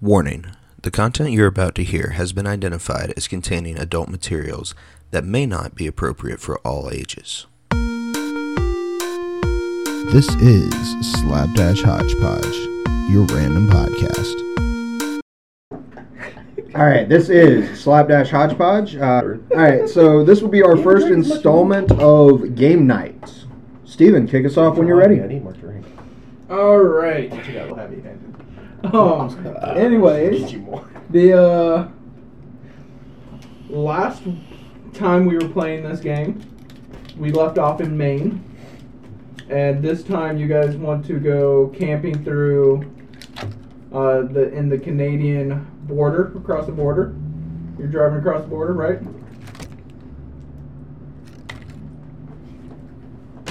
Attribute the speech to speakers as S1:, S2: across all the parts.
S1: Warning The content you're about to hear has been identified as containing adult materials that may not be appropriate for all ages.
S2: This is Slapdash Hodgepodge, your random podcast. All right, this is Slapdash Hodgepodge. Uh, all right, so this will be our first installment of game nights. Steven, kick us off when you're ready.
S3: I need more drink.
S4: All right.
S3: You got heavy handed.
S4: Um, anyways,
S3: you more.
S4: the uh, last time we were playing this game, we left off in Maine, and this time you guys want to go camping through uh, the in the Canadian border, across the border. You're driving across the border, right?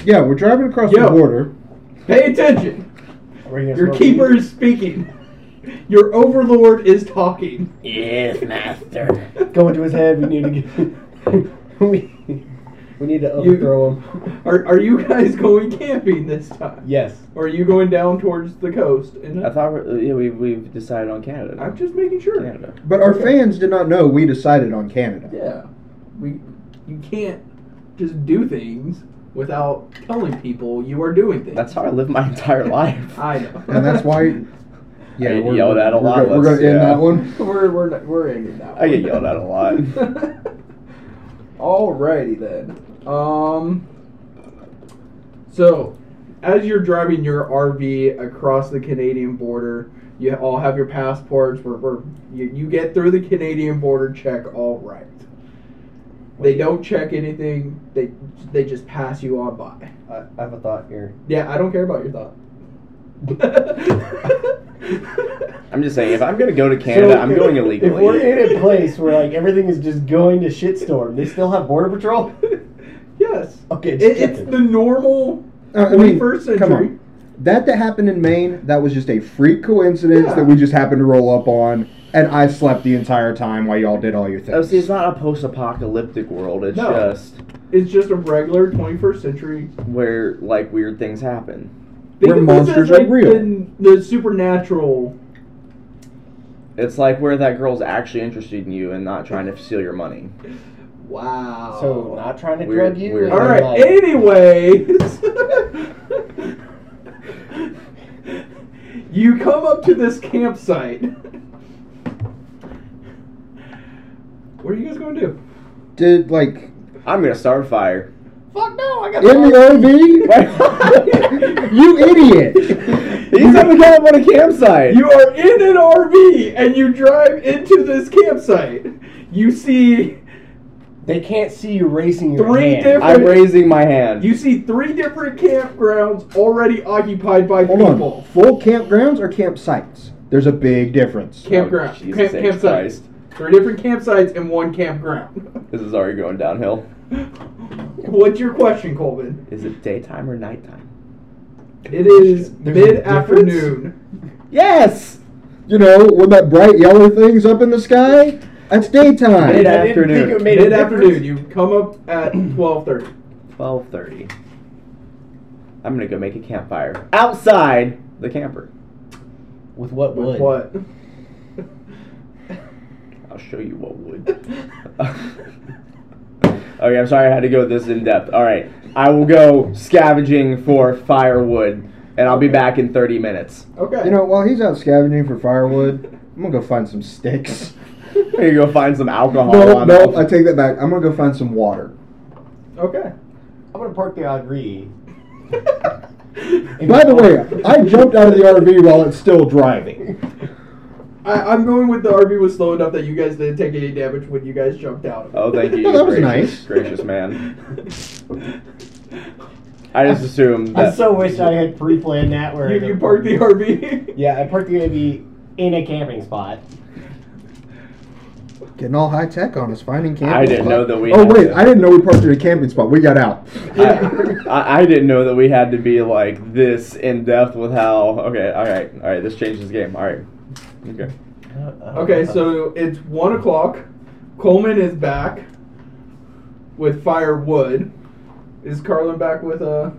S2: Yeah, we're driving across
S4: Yo.
S2: the border.
S4: Pay attention.
S3: Are you gonna
S4: Your
S3: smoke
S4: keeper
S3: weed?
S4: is speaking. Your overlord is talking.
S5: Yes, master.
S3: Going to his head. We need to get. we, we need to
S4: You-
S3: overthrow him.
S4: Are, are you guys going camping this time?
S3: Yes.
S4: Or are you going down towards the coast? And
S5: I thought we, yeah, we we've decided on Canada. now.
S4: I'm just making sure.
S5: Canada.
S2: But our
S4: Okay.
S2: fans did not know we decided on Canada.
S4: Yeah, we you can't just do things without telling people you are doing things.
S5: That's how I live my entire life.
S4: I know,
S2: And that's why. Yeah,
S5: I get
S2: we're,
S5: yelled at a
S2: we're
S5: lot,
S2: go- We're going
S5: let's-
S2: to end
S5: yeah.
S2: that one.
S4: we're we're not, we're ending that.
S5: I get yelled at a lot.
S4: Alrighty then. Um. So, as you're driving your RV across the Canadian border, you all have your passports. We're, we're you, you get through the Canadian border check all right. They don't check anything. They they just pass you on by.
S3: I, I have a thought here.
S4: Yeah, I don't care about your thought.
S5: I'm just saying, if I'm gonna go to Canada, I'm
S3: if-
S5: going
S3: If we're
S5: illegally.
S3: in a place where like everything is just going to shitstorm, they still have border patrol.
S4: yes.
S3: Okay,
S4: It,
S3: just
S4: it's
S3: checking.
S4: the normal
S2: Uh, I mean,
S4: 21st
S2: come
S4: century.
S2: on. That that happened in Maine, that was just a freak coincidence
S4: Yeah.
S2: that we just happened to roll up on, and I slept the entire time while y'all did all your things.
S5: Oh, see, it's not a post-apocalyptic world. It's
S4: No.
S5: just
S4: It's just a regular 21st century.
S5: where like weird things happen.
S4: Think
S2: Where
S4: of this as,
S2: monsters are
S4: like,
S2: real.
S4: The, the supernatural.
S5: It's like where that girl's actually interested in you and not trying to steal your money.
S4: Wow.
S3: So not trying to
S5: Weird-
S3: drug you. and,
S5: weird.
S4: All right.
S3: like,
S4: Anyways, you come up to this campsite. What are you guys going to do?
S2: Did like
S5: I'm gonna start a fire.
S4: Fuck no! I got
S2: in the
S5: He's
S2: RV? you idiot!
S5: having to up on a campsite.
S4: You are in an RV and you drive into this campsite. You see
S3: They can't see you racing your
S4: Three
S3: hand.
S4: different-
S5: I'm raising my hand.
S4: you see three different campgrounds already occupied by
S2: Hold
S4: people.
S2: on, full campgrounds or campsites? There's a big difference.
S4: Campground,
S5: Oh, Jesus
S4: camp,
S5: H.
S4: campsites,
S5: Christ.
S4: three different campsites and one campground.
S5: This is already going downhill.
S4: What's your question, Colvin?
S5: Is it daytime or nighttime?
S4: It is
S3: There's a
S4: mid-afternoon.
S5: Yes!
S2: You know, when that bright yellow thing's up in the sky, that's
S3: I
S2: daytime.
S3: didn't-
S5: Mid-
S3: I didn't think it made a
S4: Mid-afternoon.
S3: difference.
S4: You come up at twelve thirty.
S5: 12.30. I'm gonna go make a campfire. Outside the camper.
S3: With what wood?
S4: With what?
S5: I'll show you what wood. okay, I'm sorry I had to go this in depth. Alright, I will go scavenging for firewood, and I'll be back in 30 minutes.
S4: Okay.
S2: You know, while he's out scavenging for firewood, I'm gonna go find some sticks.
S5: I'm gonna go find some alcohol.
S2: No,
S5: on
S2: no, I take that back. I'm gonna go find some water.
S4: Okay.
S3: I'm gonna park the RV.
S2: By the way, I jumped out of the RV while it's still driving.
S4: I, I'm going with the RV was slow enough that you guys didn't take any damage when you guys jumped out. of it.
S5: Oh, thank you.
S2: Well, that was
S5: gracious,
S2: nice.
S5: Gracious man. I just assumed
S3: I
S5: that.
S3: so wish I had pre-planned that. Where I
S4: you,
S3: go-
S4: you parked the RV.
S3: Yeah, I parked the RV in a camping spot.
S2: Getting all high tech on us, finding camping.
S5: I didn't
S2: spot.
S5: know that we
S2: Oh
S5: had
S2: wait,
S5: to-
S2: I didn't know we parked at a camping spot. We got out. Uh,
S4: Yeah.
S5: I, I- I didn't know that we had to be like this in depth with how. Okay, all right, all right. This changes the game. All right. Okay.
S4: Okay, so it's one o'clock. Coleman is back with uh, firewood. Is Carlin back with a?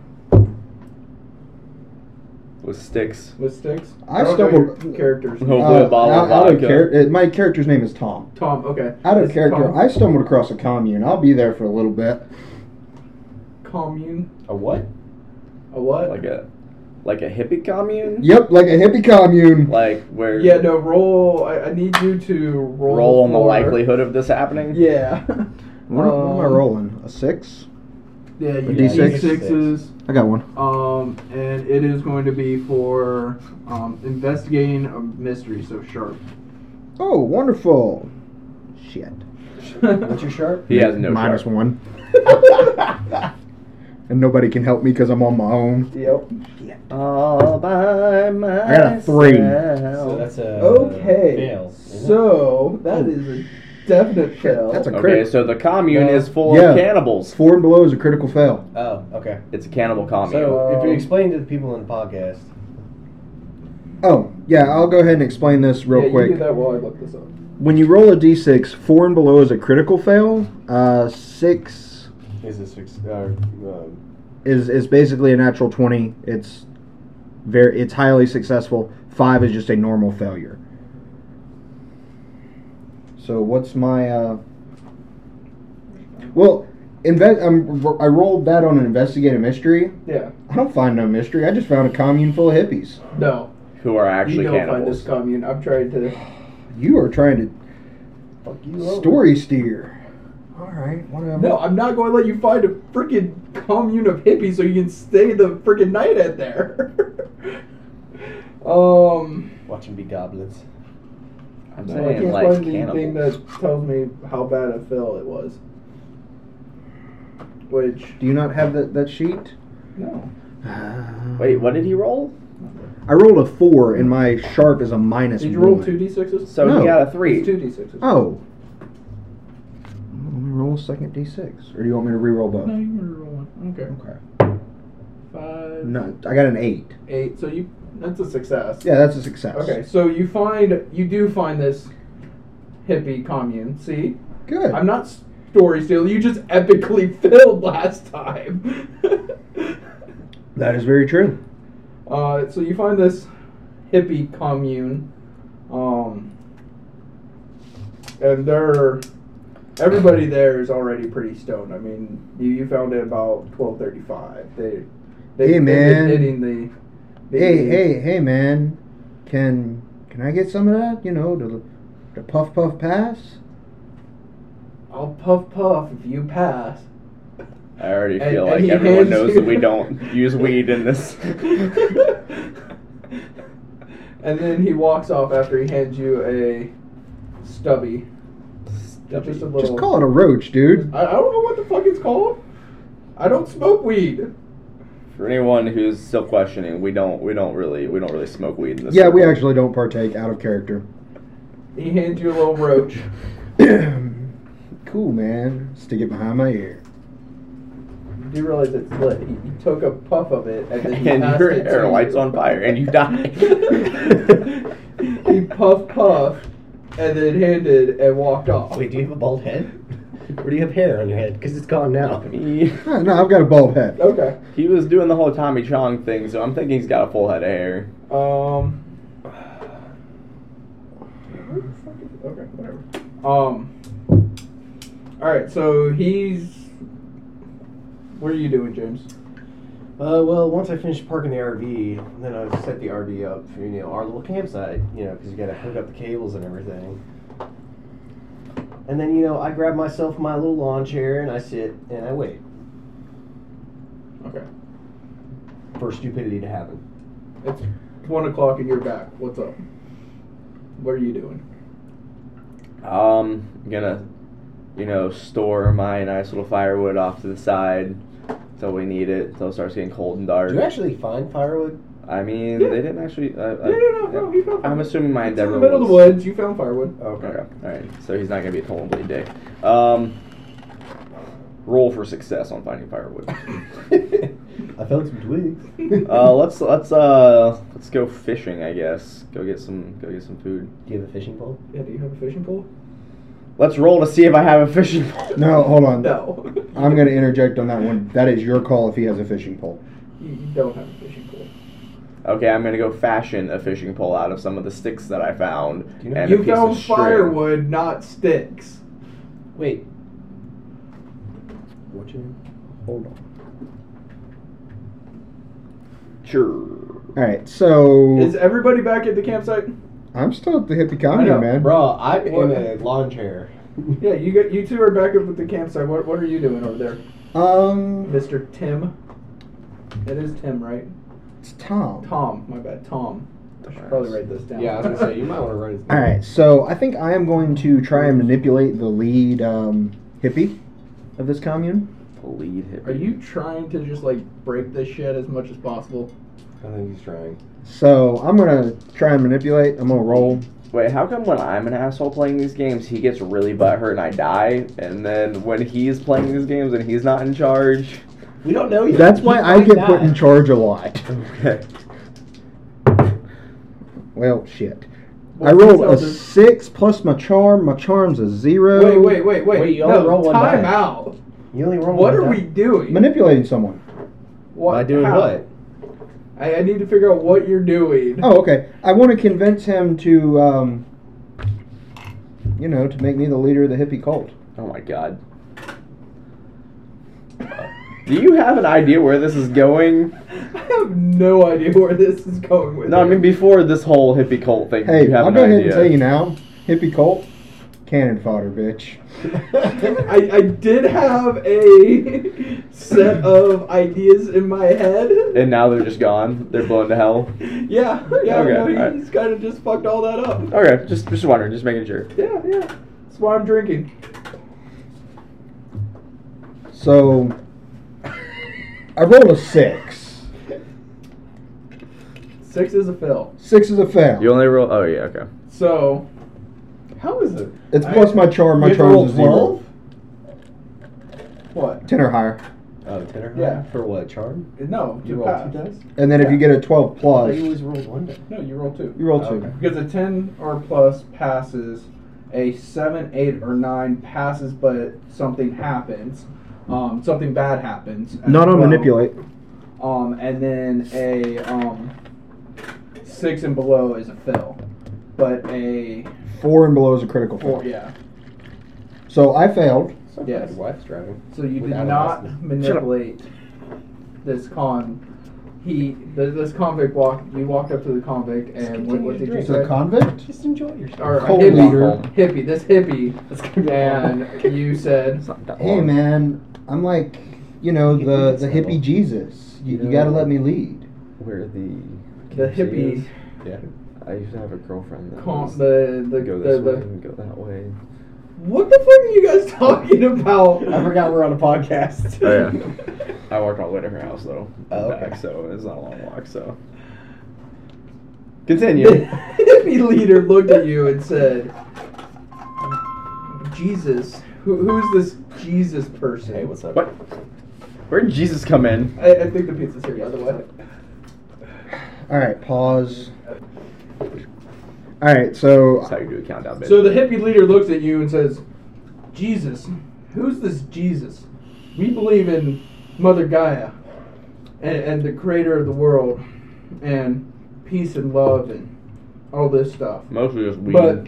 S5: with sticks.
S4: with sticks.
S2: I
S4: Or no,
S2: stumbled- Uh,
S4: your characters.
S5: No. Hopefully a bottle
S2: out,
S5: of
S2: out of
S5: vodka.
S2: char- uh, my character's name is Tom.
S4: Tom. Okay.
S2: Out of
S4: It's
S2: character,
S4: Tom.
S2: I stumbled across a commune. I'll be there for a little bit.
S4: commune.
S3: A what?
S4: A what?
S5: Like a like a hippie commune?
S2: Yep, like a hippie commune.
S5: Like where
S4: yeah. No. Roll. I, I need you to roll.
S5: roll, on the
S4: for-
S5: likelihood of this happening?
S4: Yeah.
S2: What, am- what am I
S4: Um,
S2: rolling? A six?
S4: Yeah. You
S2: D6?
S4: need sixes.
S2: I got one.
S4: Um, and it is going to be for um, investigating a mystery. So sharp.
S2: Oh, wonderful. Shit.
S3: What's your sharp?
S5: He has no
S2: Minus
S5: sharp.
S2: one. and nobody can help me because I'm on my own.
S3: Yep.
S5: All by myself.
S2: I got a three.
S3: So that's a
S4: Okay.
S3: fail, isn't it? Oh.
S4: So that is a definite fail.
S2: That's a
S5: Okay,
S2: crit.
S5: so the commune
S3: No.
S5: is full
S2: Yeah.
S5: of cannibals.
S2: Four and below is a critical fail.
S3: oh okay.
S5: It's a cannibal commune.
S3: So if you
S4: Um,
S3: explain to the people in the podcast,
S2: Oh, yeah, I'll go ahead and explain this real
S4: yeah,
S2: quick.
S4: You do that while I look this up.
S2: When you roll a d6, four and below is a critical fail. Uh, six
S3: is this ex- or, um,
S2: is is basically a natural twenty. It's very it's highly successful. Five is just a normal failure. So what's my uh? Well, inve- um, I rolled that on an investigative mystery.
S4: Yeah.
S2: I don't find no mystery. I just found a commune full of hippies.
S4: No.
S5: who are
S4: you
S5: actually
S4: don't find this
S5: cannibals.
S4: commune. I'm trying to.
S2: You are trying
S3: fuck you. oh.
S2: to
S3: over.
S2: story steer. All right, whatever.
S4: No, I'm not going to let you find a freaking commune of hippies so you can stay the freaking night at there. um,
S3: Watch him be goblins.
S5: I'm
S4: no, I
S5: saying
S4: can't
S5: like
S4: find anything
S5: cannibals.
S4: that tells me how bad a fail it was. Which
S2: Do you not have that that sheet?
S4: no,
S5: Wait, what did he roll?
S2: I rolled a four, and my sharp is a minus.
S4: did you roll
S2: one.
S4: two d sixes?
S5: So
S2: No.
S5: he got a three.
S4: Two d sixes.
S2: Oh. Let me roll a second d6, or do you want me to re-roll both?
S4: No, you were rolling. Okay.
S2: Okay.
S4: Five,
S2: No, I got an eight.
S4: eight. So you that's a success.
S2: Yeah, that's a success.
S4: Okay, so you find you do find this hippie commune. See,
S2: Good.
S4: I'm not story stealing. You just epically failed last time.
S2: That is very true.
S4: uh, so you find this hippie commune, um, and they're everybody there is already pretty stoned. I mean, you, you found it about twelve thirty-five. They, they
S2: Hey,
S4: they've been
S2: man.
S4: hitting the, the
S2: Hey, hey, hey, man. Can can I get some of that? You know, the the puff puff pass.
S4: I'll puff puff if you pass.
S5: I already
S4: And-
S5: feel
S4: and
S5: like
S4: he
S5: everyone
S4: hands
S5: knows
S4: you-
S5: that we don't use weed in this.
S4: and then he walks off after he hands you a stubby. Just a little.
S2: Just call it a roach, dude.
S4: I, I don't know what the fuck it's called. I don't smoke weed.
S5: For anyone who's still questioning, we don't we don't really we don't really smoke weed in this.
S2: Yeah, we
S5: circle.
S2: actually don't partake out of character.
S4: He hands you a little roach.
S2: cool, man. Stick it behind my ear.
S4: You do realize it's lit. He, he took a puff of it and then he
S5: And
S4: passed
S5: your
S4: it to
S5: hair
S4: you.
S5: lights on fire and you die.
S4: he puff puffed and then handed and walked off.
S3: Wait, do you have a bald head? Or do you have hair on your head? Because it's gone now.
S5: He,
S2: No, no, I've got a bald head.
S4: Okay.
S5: he was doing the whole Tommy Chong thing, so I'm thinking he's got a full head of hair.
S4: Um. Okay, whatever. Um. All right, so he's. What are you doing, James?
S3: Uh, well, once I finished parking the RV, then I set the RV up for you know our little campsite, you know, because you got to hook up the cables and everything. And then you know I grab myself my little lawn chair and I sit and I wait
S4: Okay,
S3: for stupidity to happen.
S4: it's one o'clock and you're back. What's up? What are you doing?
S5: Um, I'm gonna, you know, store my nice little firewood off to the side till we need it, till it starts getting cold and dark.
S3: Do you actually find firewood?
S5: I mean,
S4: Yeah.
S5: they didn't actually. Uh,
S4: No, no, no, no. He found.
S5: I'm
S4: firewood.
S5: assuming my
S4: It's in
S5: endeavor
S4: the middle of
S5: was.
S4: the woods. You found firewood.
S5: Okay, all right. So he's not gonna be a total complete dick. Um, roll for success on finding firewood.
S3: I found some twigs.
S5: uh, let's let's uh let's go fishing. I guess go get some go get some food.
S3: Do you have a fishing pole?
S4: Yeah, do you have a fishing pole?
S5: Let's roll to see if I have a fishing pole.
S2: No, hold
S5: Um,
S2: on.
S4: No.
S2: I'm going to interject on that one. That is your call if he has a fishing pole.
S4: You, you don't have a fishing pole.
S5: okay, I'm gonna go fashion a fishing pole out of some of the sticks that I found.
S3: Do you know-
S5: and a
S4: You
S5: piece
S4: found
S5: of string.
S4: firewood, not sticks.
S3: Wait. What's your name?
S2: Hold on.
S5: Sure.
S2: All right, so
S4: Is everybody back at the campsite?
S2: I'm still at the hippie
S4: I
S2: comedy,
S4: know,
S2: man.
S3: Bro, I'm
S4: What?
S3: in a lawn chair.
S4: Yeah, you got you two are back up at the campsite. What what are you doing over there,
S2: Um,
S4: Mister Tim? It is Tim, right?
S2: it's Tom.
S4: Tom, my bad. Tom. I should probably write this down.
S3: Yeah, I was gonna say you might want to write his
S2: All right, so I think I am going to try and manipulate the lead um, hippie of this commune.
S5: The lead hit.
S4: Are you trying to just like break this shit as much as possible?
S3: I think he's trying.
S2: So I'm gonna try and manipulate. I'm gonna roll.
S5: Wait, how come when I'm an asshole playing these games, he gets really butthurt and I die, and then when he's playing these games and he's not in charge?
S3: We don't know yet.
S2: That's
S3: He
S2: why I
S3: might
S2: get
S3: die.
S2: put in charge a lot.
S5: Okay.
S2: Well, shit.
S4: Well,
S2: I rolled a
S4: these elders-
S2: six plus my charm. My charm's a zero.
S4: Wait, wait, wait, wait.
S3: Wait, you
S4: no,
S3: only roll one
S4: time
S3: die.
S4: out.
S3: You only roll one
S4: What are we
S3: die.
S4: doing?
S2: Manipulating someone.
S4: What?
S3: By doing
S4: how?
S3: what?
S4: I, I need to figure out what you're doing.
S2: Oh, okay. I want to convince him to, um, you know, to make me the leader of the hippie cult.
S5: Oh my god. Uh, Do you have an idea where this is going?
S4: I have no idea where this is going with.
S5: No, I
S4: it.
S5: mean before this whole hippie cult thing.
S2: Hey,
S5: you have
S2: I'll
S5: an
S2: go ahead
S5: idea.
S2: and tell you now. Hippie cult, cannon fodder, bitch.
S4: I, I did have a set of ideas in my head.
S5: And now they're just gone. They're blown to hell.
S4: yeah, yeah,
S5: Okay,
S4: no,
S5: alright.
S4: he's kind of just fucked all that up.
S5: Okay, just just wondering, just making sure.
S4: Yeah, yeah. That's why I'm drinking.
S2: So, I rolled a six.
S4: Six is a fail.
S2: Six is a fail.
S5: You only roll. Oh yeah, okay.
S4: So,
S3: How is it?
S2: it's plus my charm. My
S3: You
S2: charm's
S3: rolled
S2: a zero.
S3: 12?
S4: what?
S2: Ten or higher.
S4: Uh,
S3: Oh, ten or
S4: Yeah.
S3: yeah. For what? Charm?
S4: No,
S3: You
S4: you
S3: roll
S4: pass.
S3: two dice.
S2: And then if you get a 12
S3: Oh,
S2: plus,
S3: you always rolled one die.
S4: No, you roll two.
S2: you roll two.
S3: Okay.
S4: Because a 10 or plus passes, a 7, 8, or 9 passes, but something happens. Um, something bad happens. as
S2: Not on
S4: well.
S2: manipulate.
S4: Um, and then a um, 6 and below is a fill. But a
S2: Four and below is a critical
S4: 4,
S2: fail.
S4: yeah.
S2: So I failed.
S3: Sounds
S4: Yes.
S3: like your wife's driving.
S4: So you did
S3: Without a
S4: not
S3: license.
S4: manipulate this con. He, the, this convict walked, you walked up to the convict and what, what did you
S3: continue to
S2: So
S4: say?
S2: a convict.
S3: Just enjoy yourself.
S4: or a
S2: Cult
S4: hippie,
S2: leader.
S4: hippie, this hippie,
S3: That's
S4: and you said,
S5: It's not that
S2: Hey
S5: long.
S2: man, I'm like, you know, the the hippie
S5: Hippie.
S2: Jesus. You,
S5: You
S2: you gotta
S5: know-
S2: let me lead.
S5: Where the
S4: the
S5: KFC
S4: hippie,
S5: is? Yeah. I used to have a girlfriend that
S4: con-
S5: was-
S4: the, the,
S5: go
S4: the,
S5: this way
S4: the,
S5: and go that way.
S4: what the fuck are you guys talking about?
S3: I forgot we're on a podcast.
S5: Oh, yeah. I walked all the way to her house though.
S3: Oh,
S5: Back,
S3: okay.
S5: so it's not a long walk. So continue.
S4: The hippie leader looked at you and said, Jesus, who, who's this Jesus person?
S3: Hey, what's up?
S5: what? Where did Jesus come in?
S4: I, I think the pizza's here, by the way.
S2: All right, pause. All right, so
S5: That's how you do a countdown, bitch.
S4: So the hippie leader looks at you and says, Jesus, who's this Jesus? We believe in Mother Gaia and, and the creator of the world and peace and love and all this stuff.
S5: mostly just weed.
S4: But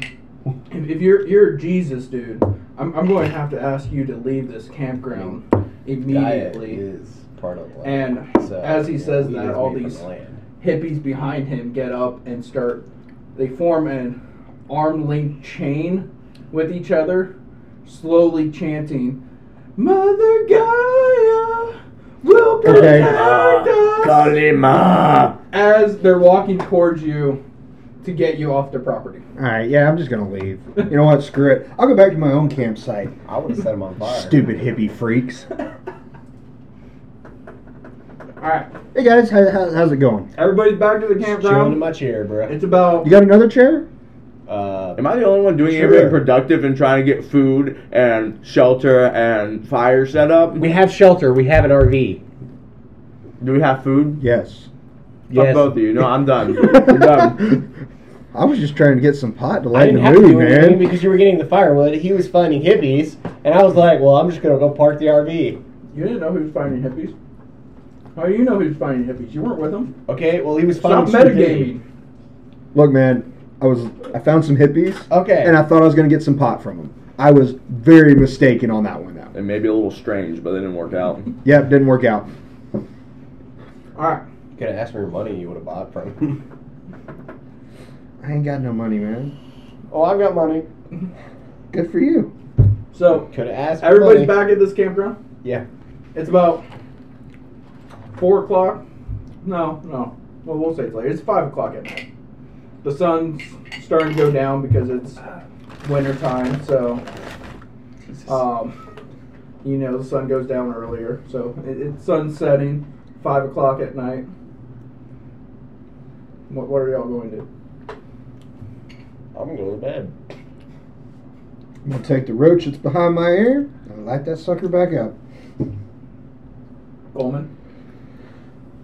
S4: if, if you're you're Jesus, dude, I'm, I'm going to have to ask you to leave this campground
S3: Diet
S4: immediately.
S3: is part of life.
S4: And
S3: So,
S4: as he
S3: you know,
S4: says
S3: weed
S4: that,
S3: is
S4: all
S3: made from
S4: these
S3: the land.
S4: hippies behind him get up and start they form an arm link chain with each other slowly chanting mother gaia will protect
S2: Okay.
S3: Ah,
S4: us
S5: Kalima.
S4: as they're walking towards you to get you off the property
S2: all right, yeah, I'm just gonna leave. You know what? Screw it. I'll go back to my own campsite.
S3: I would have set him on fire.
S2: Stupid hippie freaks.
S4: all right
S2: Hey guys, how, how, how's it going?
S4: everybody's back to the
S3: Just Chilling in
S4: campground
S3: my chair, bro.
S4: it's about
S2: You got another chair?
S3: Uh,
S5: Am I the only one doing
S2: Sure.
S5: anything productive and trying to get food and shelter and fire set up?
S6: We have shelter. We have an RV.
S5: Do we have food?
S2: Yes.
S5: Fuck
S6: Yes.
S5: both of you. No, I'm done. I'm done.
S2: I was just trying to get some pot to
S6: I
S2: light
S6: didn't
S2: the
S6: have to
S2: mood,
S6: do anything
S2: man.
S6: because you were getting the firewood. He was finding hippies, and I was like, "Well, I'm just gonna go park the RV."
S4: you didn't know who was finding hippies How do Oh, you know who's finding hippies? You weren't with them.
S7: Okay, well he was
S4: Stop
S7: finding
S4: metagaming.
S2: Look, man, I was I found some hippies.
S7: Okay.
S2: And I thought I was gonna get some pot from them. I was very mistaken on that one. Though.
S5: And maybe a little strange, but they didn't work out.
S2: Yep, didn't work out.
S4: All right.
S3: Could have asked for your money, you would have bought from him.
S2: I ain't got no money, man.
S3: oh, I've got money.
S2: Good for you.
S4: So
S7: Could have asked. for
S4: everybody's
S7: money.
S4: back at this campground.
S7: Yeah.
S4: It's about four o'clock. No, no. Well, we'll say it's later. It's five o'clock at night. The sun's starting to go down because it's winter time. So, um, you know, the sun goes down earlier. So it, it's sun setting, five o'clock at night. What, what are y'all going to do?
S7: I'm gonna go to bed.
S2: I'm gonna take the roach that's behind my ear and light that sucker back up.
S4: Coleman?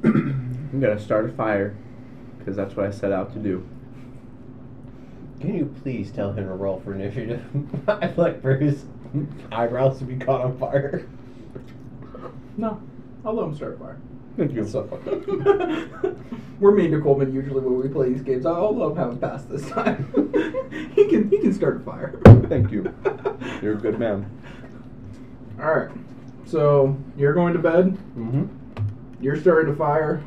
S5: I'm gonna start a fire, because that's what I set out to do.
S7: Can you please tell him to roll for initiative? I'd like for his eyebrows to be caught on fire.
S4: No. I'll let him start a fire.
S7: Thank you. So fucked up.
S4: We're mean to Coleman usually when we play these games. I'll let him have a pass this time. he can he can start a fire.
S5: Thank you. You're a good man.
S4: All right. So you're going to bed.
S7: Mm-hmm.
S4: You're starting a fire.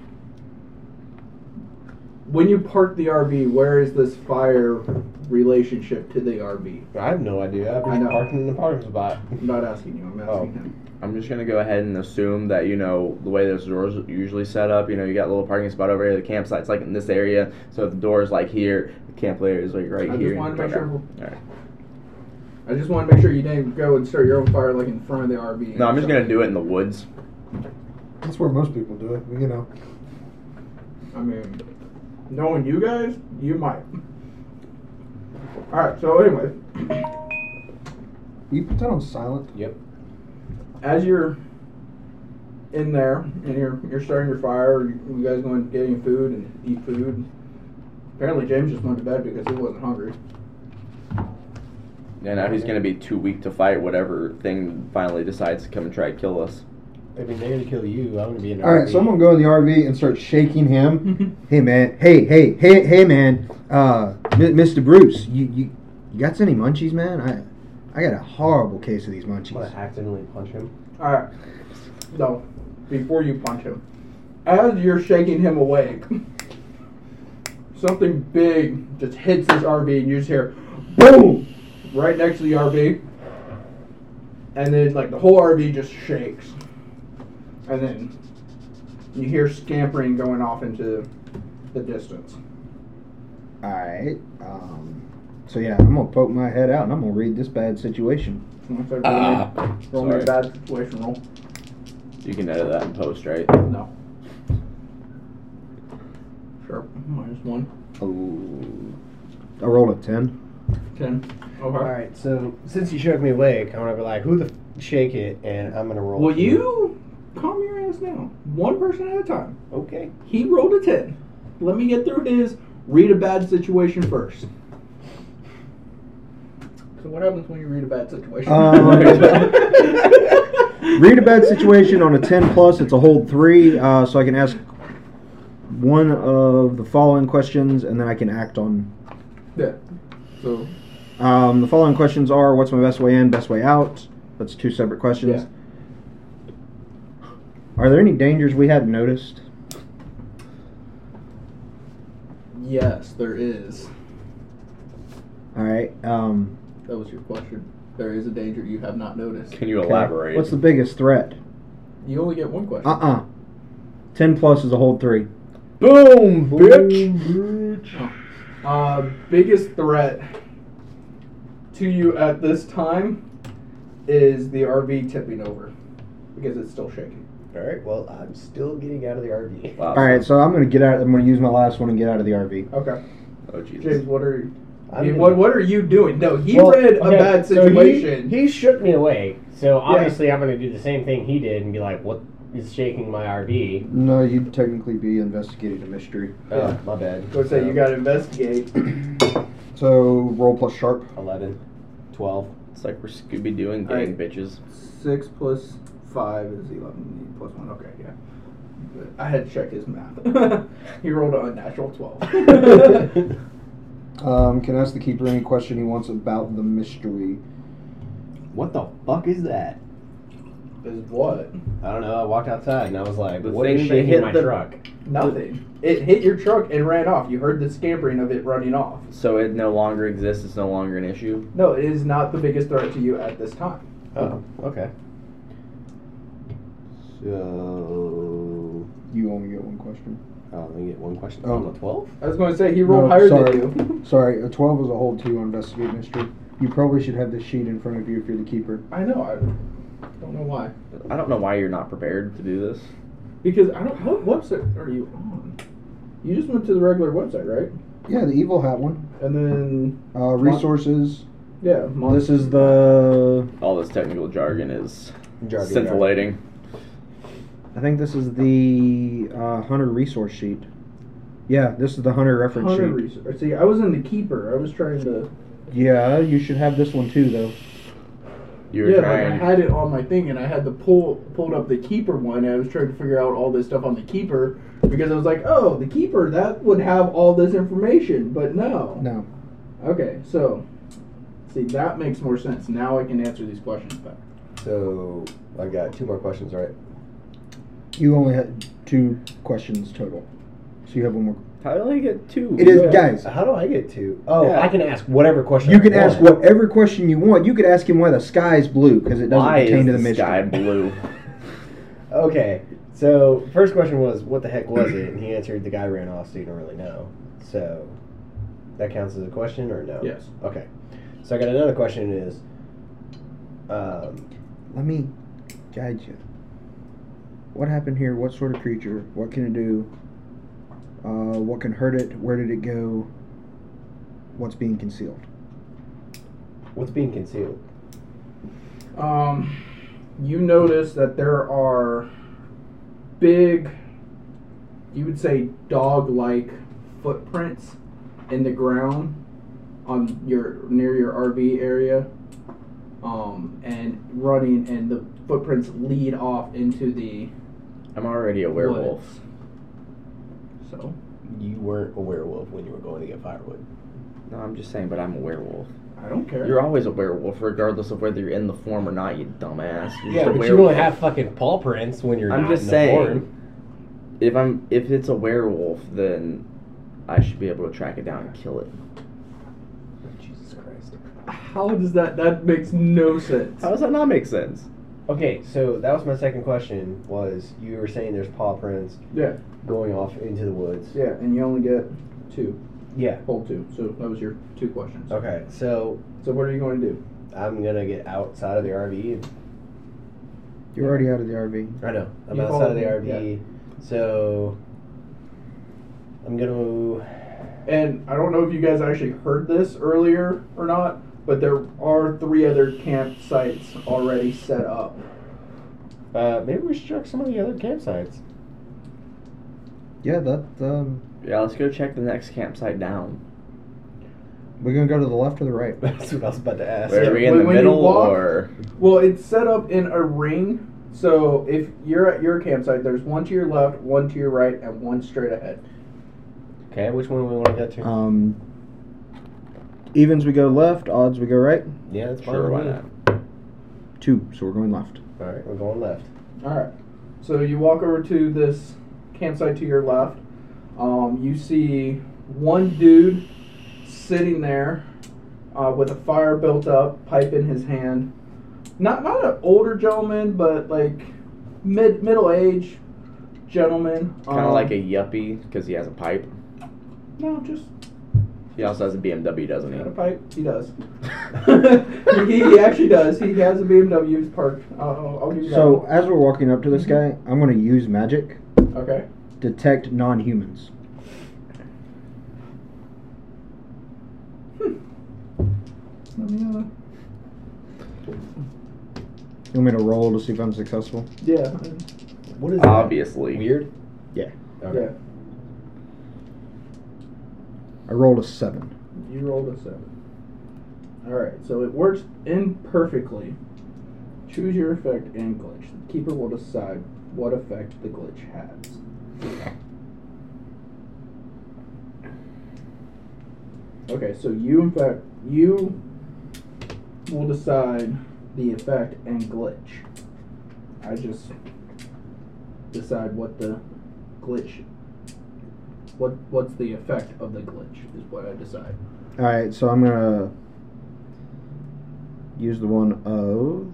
S4: When you park the RV, where is this fire relationship to the RV?
S7: I have no idea. I've
S4: I
S7: been
S4: know.
S7: parking in the parking spot.
S4: I'm not asking you. I'm asking
S7: Oh.
S4: him.
S5: I'm just gonna go ahead and assume that you know the way those doors usually set up. You know, you got a little parking spot over here. The campsite's like in this area, so if the door is like here, the camp area is like right
S4: I just
S5: here.
S4: wanted to make
S5: Okay.
S4: sure.
S5: All right.
S4: I just want to make sure you didn't go and start your own fire like in front of the RV.
S5: No, I'm just gonna do it in the woods.
S2: That's where most people do it, you know.
S4: I mean, knowing you guys, you might. All right. So anyway,
S2: You put that on silent.
S7: Yep.
S4: as you're in there and you're you're starting your fire, you, you guys going to get any food and eat food. Apparently, James just went to bed because he wasn't hungry.
S5: And now he's gonna be too weak to fight whatever thing finally decides to come and try to kill us.
S7: I mean, they're gonna kill you. I'm gonna be in. an
S2: All right,
S7: RV.
S2: so I'm gonna go in the RV and start shaking him. hey man, hey, hey, hey, hey man, uh, M- Mr. Bruce, you, you you got any munchies, man? I I got a horrible case of these
S7: I'm gonna
S2: munchies.
S7: accidentally punch him.
S4: All right. So before you punch him, as you're shaking him awake, something big just hits this RV and you just hear boom right next to the RV, and then like the whole RV just shakes, and then you hear scampering going off into the distance.
S2: All right, um, so yeah, I'm gonna poke my head out and I'm gonna read this bad situation.
S4: I'm gonna say
S5: Ah,
S4: roll me, roll me a
S5: sorry.
S4: bad situation roll.
S5: You can edit that in post, right?
S4: No. Sure. Minus one.
S2: Oh, I rolled a ten.
S4: Ten. Okay.
S7: All right, so since you shook me awake, I'm gonna be like, who the f- shake it, and I'm gonna roll.
S4: Well,
S7: for-
S4: you calm your ass down. One person at a time.
S7: Okay.
S4: He rolled a 10. Let me get through this. Read a bad situation first. So, what happens when you read a bad situation?
S2: Um, Read a bad situation on a ten plus. It's a hold three, uh, so I can ask one of the following questions and then I can act on
S4: Yeah. So,
S2: Um, the following questions are: What's my best way in? Best way out? That's two separate questions.
S4: Yeah.
S2: Are there any dangers we hadn't noticed?
S4: yes, there is.
S2: All right. Um,
S4: That was your question. There is a danger you have not noticed.
S5: Can you
S2: okay.
S5: elaborate?
S2: What's the biggest threat?
S4: You only get one question.
S2: Uh uh Ten plus is a hold three.
S5: boom, bitch?
S4: Uh, biggest threat to you at this time is the RV tipping over because it's still shaking.
S7: All right. Well, I'm still getting out of the RV.
S5: Wow.
S2: All right. So I'm gonna get out. I'm gonna use my last one and get out of the RV.
S4: Okay,
S5: Oh
S4: James,
S5: Jesus.
S4: what are you?
S7: I'm in-
S4: what What are you doing? No, he
S6: Well,
S4: read
S6: okay,
S4: a bad
S6: so he-
S4: situation.
S6: he, shook me awake, so obviously I'm going to do the same thing he did and be like, "What is shaking my RV?"
S2: No, you'd technically be investigating a mystery.
S7: Oh, my bad.
S4: Go say you got to investigate.
S2: So roll plus sharp.
S7: eleven, twelve.
S5: It's like we're Scooby Dooing gang
S4: Alright.
S5: bitches.
S4: Six plus five is eleven. Plus one. Okay, yeah. I had to check his math. he rolled an unnatural twelve.
S2: Um, can ask the keeper any question he wants about the mystery.
S7: What the fuck is that?
S3: Is what?
S7: I don't know. I walked outside and I was like,
S6: The
S7: what
S6: thing
S7: is
S6: that
S7: shaking
S6: hit
S7: my
S6: the-
S7: truck?
S4: Nothing. It hit your truck and ran off. You heard the scampering of it running off.
S5: So it no longer exists. It's no longer an issue.
S4: No, it is not the biggest threat to you at this time.
S7: Oh, okay. So,
S2: You only get one question.
S7: oh, let me get one question.
S2: Oh.
S7: Oh, a twelve.
S4: I was going to say he rolled
S2: No,
S4: higher
S2: sorry.
S4: than you.
S2: Sorry, a 12 is a hold two on investigate mystery. You probably should have this sheet in front of you if you're the keeper.
S4: I know. I don't know why.
S5: I don't know why you're not prepared to do this.
S4: Because I don't. What website are you on? You just went to the regular website, right?
S2: Yeah, the evil hat one.
S4: And then
S2: Uh, resources.
S4: yeah, mon-
S2: This is the.
S5: All this technical jargon is
S7: Jargon,
S5: scintillating.
S2: I think this is the uh, hunter resource sheet. Yeah, this is the hunter reference
S4: Hunter
S2: sheet.
S4: Research. See, I was in the keeper. I was trying to.
S2: yeah, you should have this one too, though.
S5: You're
S4: yeah,
S5: trying.
S4: like I had it on my thing, and I had to pull pulled up the keeper one, and I was trying to figure out all this stuff on the keeper because I was like, oh, the keeper that would have all this information, but no.
S2: No.
S4: Okay, so see that makes more sense. Now I can answer these questions better.
S7: So I got two more questions, right?
S2: You only had two questions total. So you have one more.
S5: How do I get two?
S2: It is, guys,
S7: How do I get two? Oh,
S5: Yeah.
S6: I can ask whatever question.
S2: you
S6: I
S2: can
S6: want.
S2: ask whatever question you want. You could ask him why the sky is blue because it doesn't
S5: Why
S2: pertain
S5: is
S2: to the,
S5: the
S2: mystery.
S5: sky blue?
S7: Okay. So first question was, what the heck was it? And he answered, the guy ran off, so you don't really know. So that counts as a question or no?
S4: Yes.
S7: Okay. So I got another question is, um,
S2: Let me guide you. What happened here? What sort of creature? What can it do? Uh, what can hurt it? Where did it go? What's being concealed?
S7: what's being concealed?
S4: Um, you notice that there are big, you would say dog-like footprints in the ground on your near your RV area, um, and running, and the footprints lead off into the
S5: I'm already a werewolf.
S4: woods. So
S7: You weren't a werewolf when you were going to get firewood.
S5: No, I'm just saying, but I'm a werewolf.
S4: I don't care.
S5: You're always a werewolf, regardless of whether you're in the form or not. You dumbass. You're
S6: Yeah,
S5: just a
S6: but you
S5: werewolf.
S6: don't have fucking paw prints when you're.
S5: I'm
S6: not
S5: just
S6: in the
S5: saying,
S6: Form.
S5: if I'm if it's a werewolf, then I should be able to track it down and kill it.
S7: Jesus Christ.
S4: How does that? That makes no sense.
S5: How does that not make sense?
S7: Okay, so that was my second question. Was you were saying there's paw prints
S4: Yeah,
S7: going off into the woods?
S4: yeah, and you only get two,
S7: Yeah.
S4: whole two. So that was your two questions.
S7: Okay, so
S4: So what are you going to do?
S7: I'm gonna get outside of the RV. And,
S2: You're already out of the RV.
S7: I know I'm
S4: You
S7: outside of the
S4: followed me,
S7: RV, so I'm gonna.
S4: And I don't know if you guys actually heard this earlier or not, but there are three other campsites already set up.
S7: Uh, maybe we should check some of the other campsites.
S2: Yeah, that. Um,
S5: Yeah, let's go check the next campsite down.
S2: we're gonna go to the left or the right.
S7: That's what I was about to ask.
S5: Where are we in
S4: When-
S5: the
S4: when you
S5: middle
S4: walk-
S5: or
S4: Well, it's set up in a ring. So if you're at your campsite, there's one to your left, one to your right, and one straight ahead.
S7: Okay, which one do we want to get to?
S2: Um, evens we go left. Odds we go right.
S7: yeah, that's fine.
S5: sure why
S7: with me.
S5: not?
S2: Two. So we're going left.
S7: All right, we're going left.
S4: All right. So you walk over to this campsite to your left. Um, you see one dude sitting there uh, with a fire built up, pipe in his hand. Not not an older gentleman, but like mid middle age gentleman. Um,
S5: Kind of like a yuppie because he has a pipe.
S4: no, just
S5: He also has a BMW, doesn't
S4: got a
S5: he?
S4: pipe. He does. he, he actually does. He has a BMW. He's parked. Uh, I'll, I'll give you that
S2: So as we're walking up to this
S5: Mm-hmm.
S2: guy, I'm gonna use magic
S4: one. okay.
S2: detect non-humans.
S4: Hmm. Let me, uh,
S2: You want me to roll to see if I'm successful?
S4: yeah.
S7: What is
S5: Obviously.
S7: that? Weird.
S2: Yeah.
S7: Okay.
S2: I rolled a seven.
S4: You rolled a seven. All right, so it works imperfectly. Choose your effect and glitch. The keeper will decide what effect the glitch has. Okay, so you in fact you will decide the effect and glitch. I just decide what the glitch what what's the effect of the glitch is what I decide.
S2: All right, so I'm gonna use the one of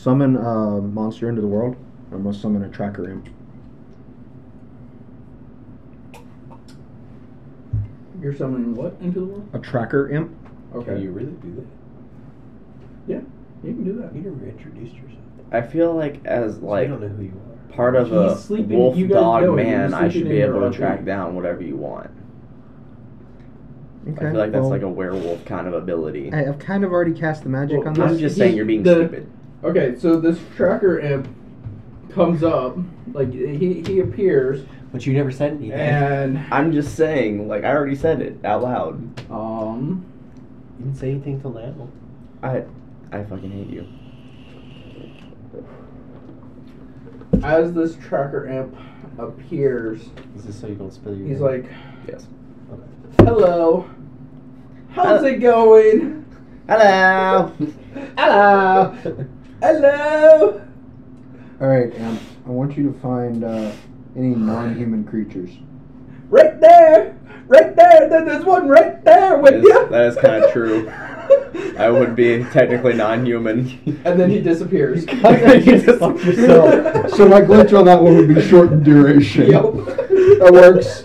S2: summon a monster into the world. I'm gonna summon a tracker imp.
S4: You're summoning what into the world?
S2: A tracker imp.
S4: Okay.
S7: Can you really do that?
S4: You can do that.
S7: You never introduced yourself.
S5: I feel like as
S7: Like,
S5: like
S7: don't know who you are.
S5: part of
S4: He's
S5: a
S4: sleeping-
S5: wolf
S4: you guys know
S5: dog
S4: him. He's
S5: man, I
S4: sleeping
S5: should be
S4: in your
S5: able
S4: RV.
S5: to track down whatever you want.
S2: Okay.
S5: I feel like that's
S2: well,
S5: like a werewolf kind of ability.
S2: I, I've kind of already cast the magic
S4: Well,
S2: on
S5: I'm
S2: this.
S5: just
S4: he-
S5: saying you're being
S4: the-
S5: stupid.
S4: Okay, so this tracker imp comes up, like he, he appears,
S7: But you never said anything.
S4: and
S5: I'm just saying, like I already said it out loud.
S4: um,
S7: you didn't say anything till now.
S5: I I fucking hate you.
S4: as this tracker imp appears,
S7: Is this so you don't spill your?
S4: he's like,
S5: Yes.
S4: "Hello, how's it going?
S5: Hello.
S4: Hello, hello."
S2: All right, imp. I want you to find uh, any non-human creatures.
S4: Right there, right there. there- There's one right there with
S5: That is-
S4: you.
S5: that is kinda true. I would be technically non-human.
S4: And then he disappears.
S6: You just fucked yourself.
S2: So my glitch on that one would be short in duration.
S4: Yep.
S2: That works.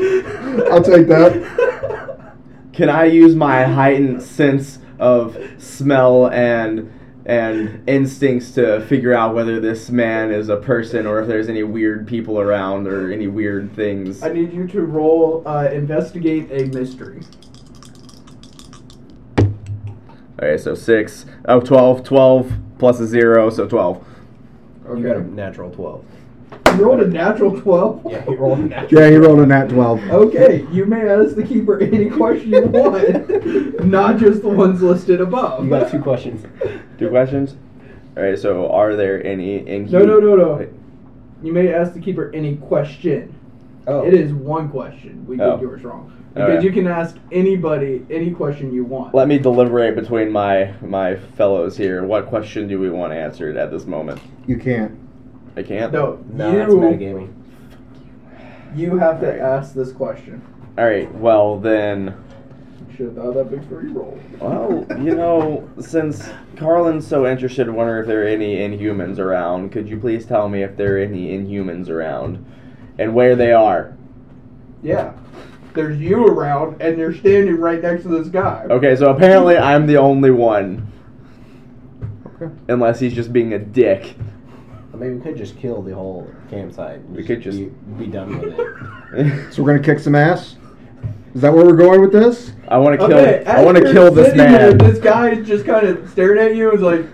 S2: I'll take
S4: that.
S5: Can I use my heightened sense of smell and and instincts to figure out whether this man is a person or if there's any weird people around or any weird things?
S4: I need you to roll uh, investigate a mystery.
S5: Okay, so six. Oh, 12. 12 plus a zero, so 12.
S7: You got a
S4: Okay.
S7: natural twelve.
S4: You rolled a natural 12?
S7: Yeah, he rolled a natural.
S2: Yeah, he rolled a nat twelve.
S5: Oh.
S4: Okay, you may ask the keeper any question you want, not just the ones listed above.
S6: You got two questions.
S5: Two questions? Alright, so are there any in
S4: No, no, no, no. You may ask the keeper any question.
S7: Oh,
S4: It is one question. We
S5: Oh.
S4: did yours wrong.
S5: All
S4: Because
S5: right.
S4: you can ask anybody any question you want.
S5: Let me deliberate between my my fellows here. What question do we want answered at this moment?
S2: You can't.
S5: I can't.
S4: no,
S7: No,
S4: you,
S7: that's metagaming.
S4: you have to
S5: All right.
S4: ask this question.
S5: All right. Well then.
S4: Should have thought of that before you rolled.
S5: Well, you know, since Carlin's so interested in wondering if there are any Inhumans around, could you please tell me if there are any Inhumans around and where they are?
S4: Yeah. There's you around, and you're standing right next to this guy.
S5: Okay, so apparently I'm the only one,
S2: Okay.
S5: unless he's just being a dick.
S7: I mean, we could just kill the whole campsite. and
S5: We could just-
S7: be, be done with it.
S2: So we're gonna kick some ass. Is that where we're going with this?
S5: I want to kill.
S4: Okay,
S5: I want to
S4: as you're
S5: kill this
S4: sitting there,
S5: man.
S4: this guy is just kind of staring at you and is like,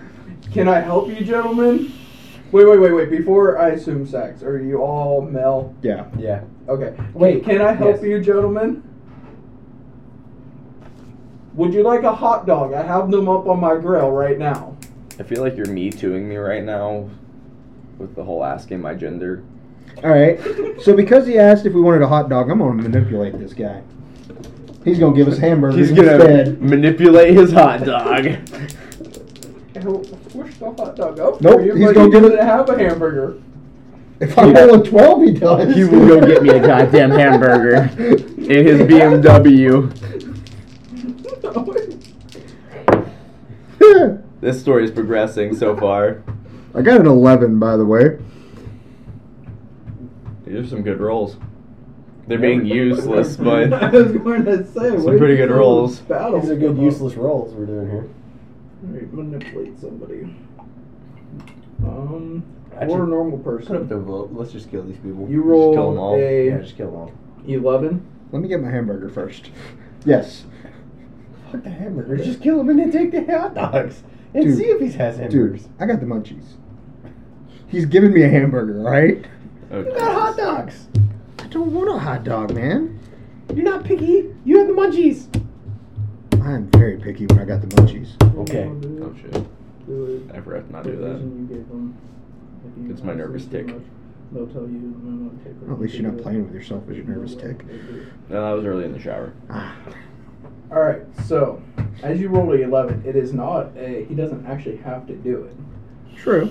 S4: Can I help you, gentlemen? Wait, wait, wait, wait. Before I assume sex, are you all male?
S2: Yeah.
S7: yeah.
S4: Okay. Can-
S7: Wait,
S4: Can I help
S7: yes.
S4: you, gentlemen? Would you like a hot dog? I have them up on my grill right now.
S5: I feel like you're me tooing me right now, with the whole asking my gender.
S2: All right. So because he asked if we wanted a hot dog, I'm gonna manipulate this guy. He's gonna give us hamburgers
S5: He's gonna
S2: instead.
S5: manipulate his hot dog.
S4: He'll squish the hot dog up.
S2: Nope,
S4: for you,
S2: he's
S4: but
S2: gonna
S4: he
S2: give
S4: doesn't
S2: it-
S4: have a hamburger.
S2: If I roll a twelve, he does.
S5: He will go get me a goddamn hamburger in his BMW. This story is progressing so far.
S2: I got an eleven, by the way.
S5: These are some good rolls. They're being useless, but
S4: I was going to say,
S5: Some
S4: what
S5: pretty
S4: is
S5: good
S4: all
S5: rolls.
S4: this Battle
S7: These are good
S4: about?
S7: useless rolls we're doing here.
S4: Alright, manipulate somebody. Um,
S7: I
S4: or a
S7: just- Put
S4: normal
S7: up
S4: person.
S7: the vote. Let's just kill these people.
S4: You
S5: kill 'em
S4: roll
S5: all.
S7: yeah,
S4: a
S7: just kill them all.
S4: eleven.
S2: Let me get my hamburger first. Yes,
S7: Fuck the hamburgers. Just kill them and then take the hot dogs and
S2: Dude.
S7: see if he has
S2: dude.
S7: hamburgers.
S2: I got the munchies. He's giving me a hamburger, all right?
S5: Oh,
S7: You got hot dogs.
S2: I don't want a hot dog, man.
S7: You're not picky. You have the munchies.
S2: I'm very picky when I got the munchies.
S7: Okay.
S5: Oh shit.
S4: do it.
S5: I forgot to not
S4: The
S5: do that.
S4: vision you gave them. If you
S5: It's my
S4: ask them
S5: nervous
S4: too
S5: tick.
S4: much, They'll tell you. "Mm, what tick
S2: Well, at
S4: you
S2: least
S4: can
S2: you're not
S4: do it."
S2: playing with yourself with your nervous tick.
S5: No, that was early in the shower.
S2: Ah,
S4: All right, so as you roll to eleven, it is not a. He doesn't actually have to do it.
S2: true.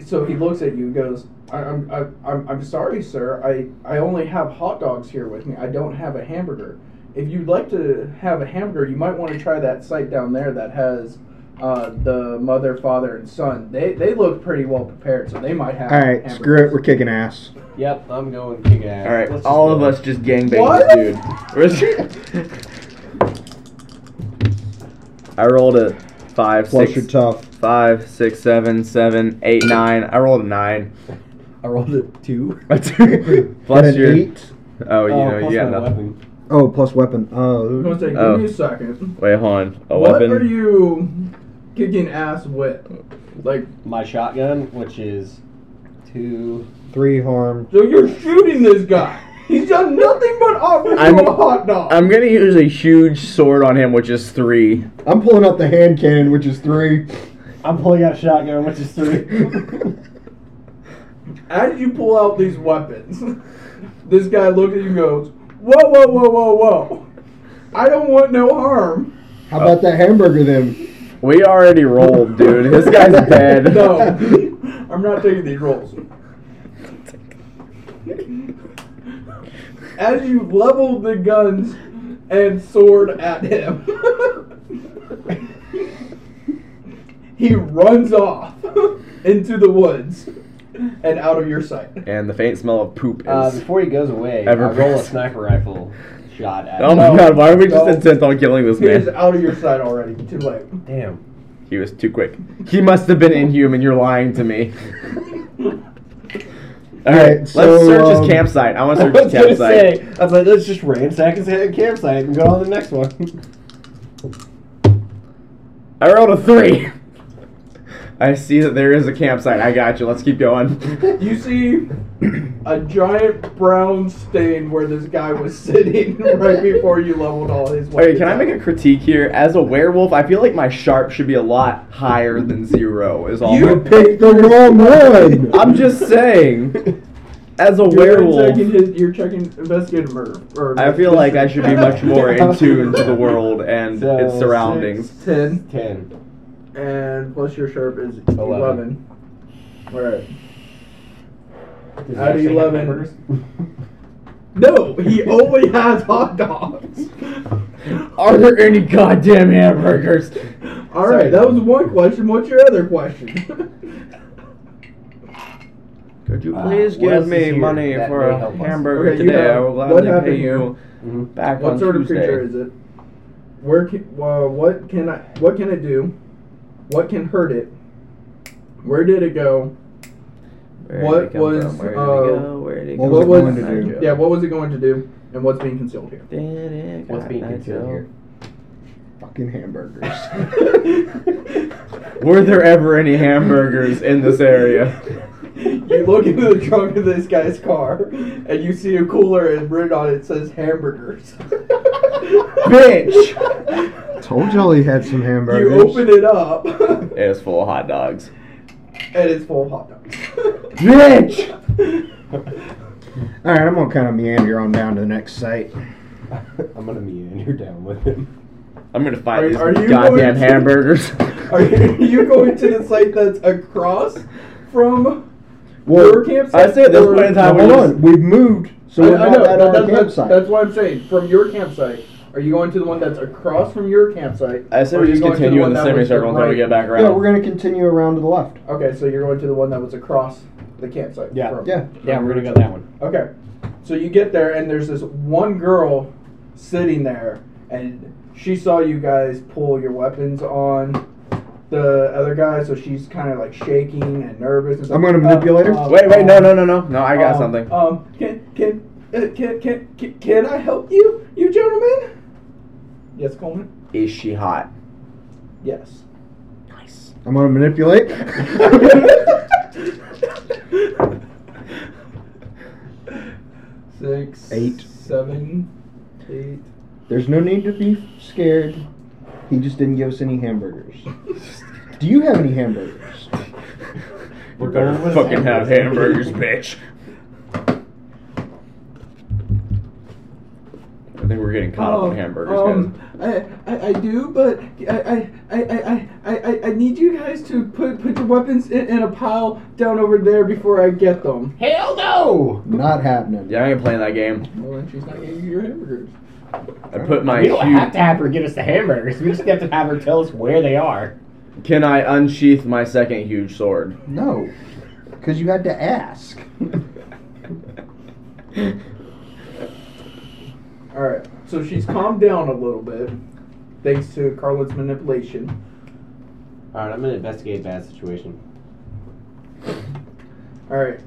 S4: So he looks at you and goes, I, I'm, I, I'm, I'm sorry, sir. I, I only have hot dogs here with me. I don't have a hamburger. If you'd like to have a hamburger, you might want to try that site down there that has uh, the mother, father, and son. They, they look pretty well prepared, so they might have.
S2: All right, screw it. We're kicking ass.
S7: Yep, I'm going kick ass.
S5: All right,
S7: Let's just
S5: all
S7: go.
S5: of us just gangbang
S4: What?
S5: this dude. We're just- I rolled a five,
S2: Plus, you're
S5: six,
S2: tough.
S5: five, six, seven, seven, eight, nine. I rolled a nine.
S7: I rolled a two.
S5: A two.
S2: Got
S5: plus
S2: an
S5: your.
S2: eight.
S5: Oh, you
S7: Oh,
S5: know,
S7: plus
S5: you got
S7: my
S5: nothing.
S7: weapon.
S2: Oh, plus weapon.
S4: I'm going
S2: Oh,
S4: to say,
S5: Oh.
S4: give me a second.
S5: Wait, hold on. A
S4: what
S5: weapon.
S4: are you kicking ass with? Like,
S7: My shotgun, which is two.
S2: three harm.
S4: so you're shooting this guy. He's done nothing but offer you
S5: I'm-
S4: a hot dog.
S5: I'm gonna use a huge sword on him, which is three.
S2: I'm pulling out the hand cannon, which is three.
S7: I'm pulling out a shotgun, which is three.
S4: As you pull out these weapons, this guy looks at you and goes, Whoa, whoa, whoa, whoa, whoa. I don't want no harm.
S2: How about that hamburger then?
S5: We already rolled, dude. This guy's dead.
S4: No, I'm not taking these rolls. As you level the guns and sword at him, he runs off into the woods and out of your sight.
S5: And the faint smell of poop is.
S7: Uh, before he goes away,
S5: Ever
S7: I roll a
S5: present.
S7: sniper rifle shot at
S5: oh
S7: him.
S5: my
S4: no,
S5: god, why are we just
S4: no.
S5: intent on killing this
S4: He is
S5: man?
S4: out of your sight already. Too late.
S7: Damn.
S5: He was too quick. He must have been inhuman. You're lying to me. All
S2: Alright,
S5: right, let's
S2: so,
S5: search
S2: um,
S5: his campsite. I want
S7: I
S5: to search
S7: was
S5: his
S7: gonna
S5: campsite.
S7: say, I was like, let's just ransack his head campsite and go on to the next one.
S5: I rolled a three. I see that there is a campsite. I got you. Let's keep going.
S4: You see a giant brown stain where this guy was sitting right before you leveled all his
S5: Okay,
S4: weapons.
S5: can I make a critique here? As a werewolf, I feel like my sharp should be a lot higher than zero. Is all.
S4: You-
S5: my-
S2: Pick the wrong one.
S5: I'm just saying. As a
S4: You're
S5: werewolf,
S4: checking his- you're checking investigative murder. Or
S5: I feel like I should be much more in tune to the world and
S7: So,
S5: its surroundings.
S7: six,
S4: Ten
S7: Ten.
S4: and plus your sharp is eleven.
S7: Eleven.
S4: All right.
S7: Does he
S4: Out of
S7: actually have
S4: 11.
S7: hamburgers?
S4: No, he only has hot dogs.
S5: Are there any goddamn hamburgers?
S4: All right, that was one question. What's your other question?
S5: Could you
S7: Uh,
S5: please
S7: what else
S5: give
S7: is
S5: me
S7: here
S5: money
S7: that
S5: for
S7: may
S5: a
S7: help us?
S5: hamburger
S4: Okay, you
S5: today?
S4: have-
S5: I will
S4: what
S5: gladly
S4: happened
S5: pay you
S7: Mhm.
S5: back
S4: what
S5: on
S4: sort
S5: Tuesday.
S4: of creature is it? Where can uh, what can I what can it do? What can hurt it? Where did it go?
S5: Where
S4: What
S5: did it come
S4: was,
S5: from? Where did
S4: uh,
S5: it go? Where did it
S2: what
S5: go?
S2: was it
S5: Where
S2: going
S5: did
S2: to
S5: it
S2: do?
S5: go?
S4: Yeah, what was it going to do, and what's being concealed here?
S5: Did it
S7: What's being
S5: got
S7: concealed
S5: go?
S7: here?
S2: Fucking hamburgers.
S5: Were there ever any hamburgers in this area?
S4: You look into the trunk of this guy's car, and you see a cooler, and written on it says hamburgers.
S5: Bitch!
S2: Told y'all he had some hamburgers.
S4: You open it up, and
S5: It was full of hot dogs.
S4: it's full of hot dogs.
S5: Bitch!
S2: All right, I'm gonna kind of meander on down to the next site.
S7: I'm gonna meander down with him.
S5: I'm gonna find
S4: Are-
S5: these
S4: are you going
S5: goddamn
S4: to-
S5: hamburgers.
S4: Are you, you going to the site that's across from your campsite?
S5: I say at this
S4: or-
S5: point in time,
S2: Now,
S5: we
S2: hold
S5: just,
S2: on, we've moved, so
S4: I,
S2: we're
S4: I
S2: not
S4: know,
S2: at
S4: but
S2: our
S4: that's, that's,
S2: campsite.
S4: that's what I'm saying. From your campsite, are you going to the one that's across from your campsite?
S5: I say
S4: or
S5: we
S4: are you
S5: just
S4: going to
S5: continue
S4: one
S5: in the
S4: that was
S5: semicircle until we
S4: right-
S5: get back around.
S2: yeah, we're gonna continue around to the left.
S4: Okay, so you're going to the one that was across the campsite.
S7: Yeah.
S4: from-
S2: Yeah.
S7: Yeah, we're gonna go that one.
S4: Okay, so you get there and there's this one girl sitting there, and she saw you guys pull your weapons on the other guy, so she's kind of like shaking and nervous. And stuff.
S2: I'm gonna manipulate her.
S5: wait, wait, no,
S4: um,
S5: no, no, no, no! I got
S4: um,
S5: something.
S4: Um, can can, uh, can can can can I help you, you gentlemen? Yes, Coleman.
S5: Is she hot?
S4: Yes.
S5: Nice.
S2: I'm gonna manipulate.
S4: Six,
S2: Eight.
S4: seven, eight.
S2: There's no need to be scared. He just didn't give us any hamburgers. Do you have any hamburgers?
S5: We're gonna
S3: Well,
S5: fucking have hamburgers, bitch. I think we're getting caught up on hamburgers, guys.
S4: Oh, um, I, I, I do, but I, I, I, I, I, I- I need you guys to put put your weapons in, in a pile down over there before I get them.
S6: Hell no!
S2: Not happening.
S5: Yeah, I ain't playing that game.
S4: Well, then she's not getting you your hamburgers.
S5: I put my
S6: We don't have
S5: huge.
S6: to have her give us the hamburgers. We just have to have her tell us where they are.
S5: Can I unsheath my second huge sword?
S2: No, because you had to ask.
S4: All right, so she's calmed down a little bit, thanks to Carlin's manipulation.
S7: All right, I'm gonna investigate that situation.
S4: All right,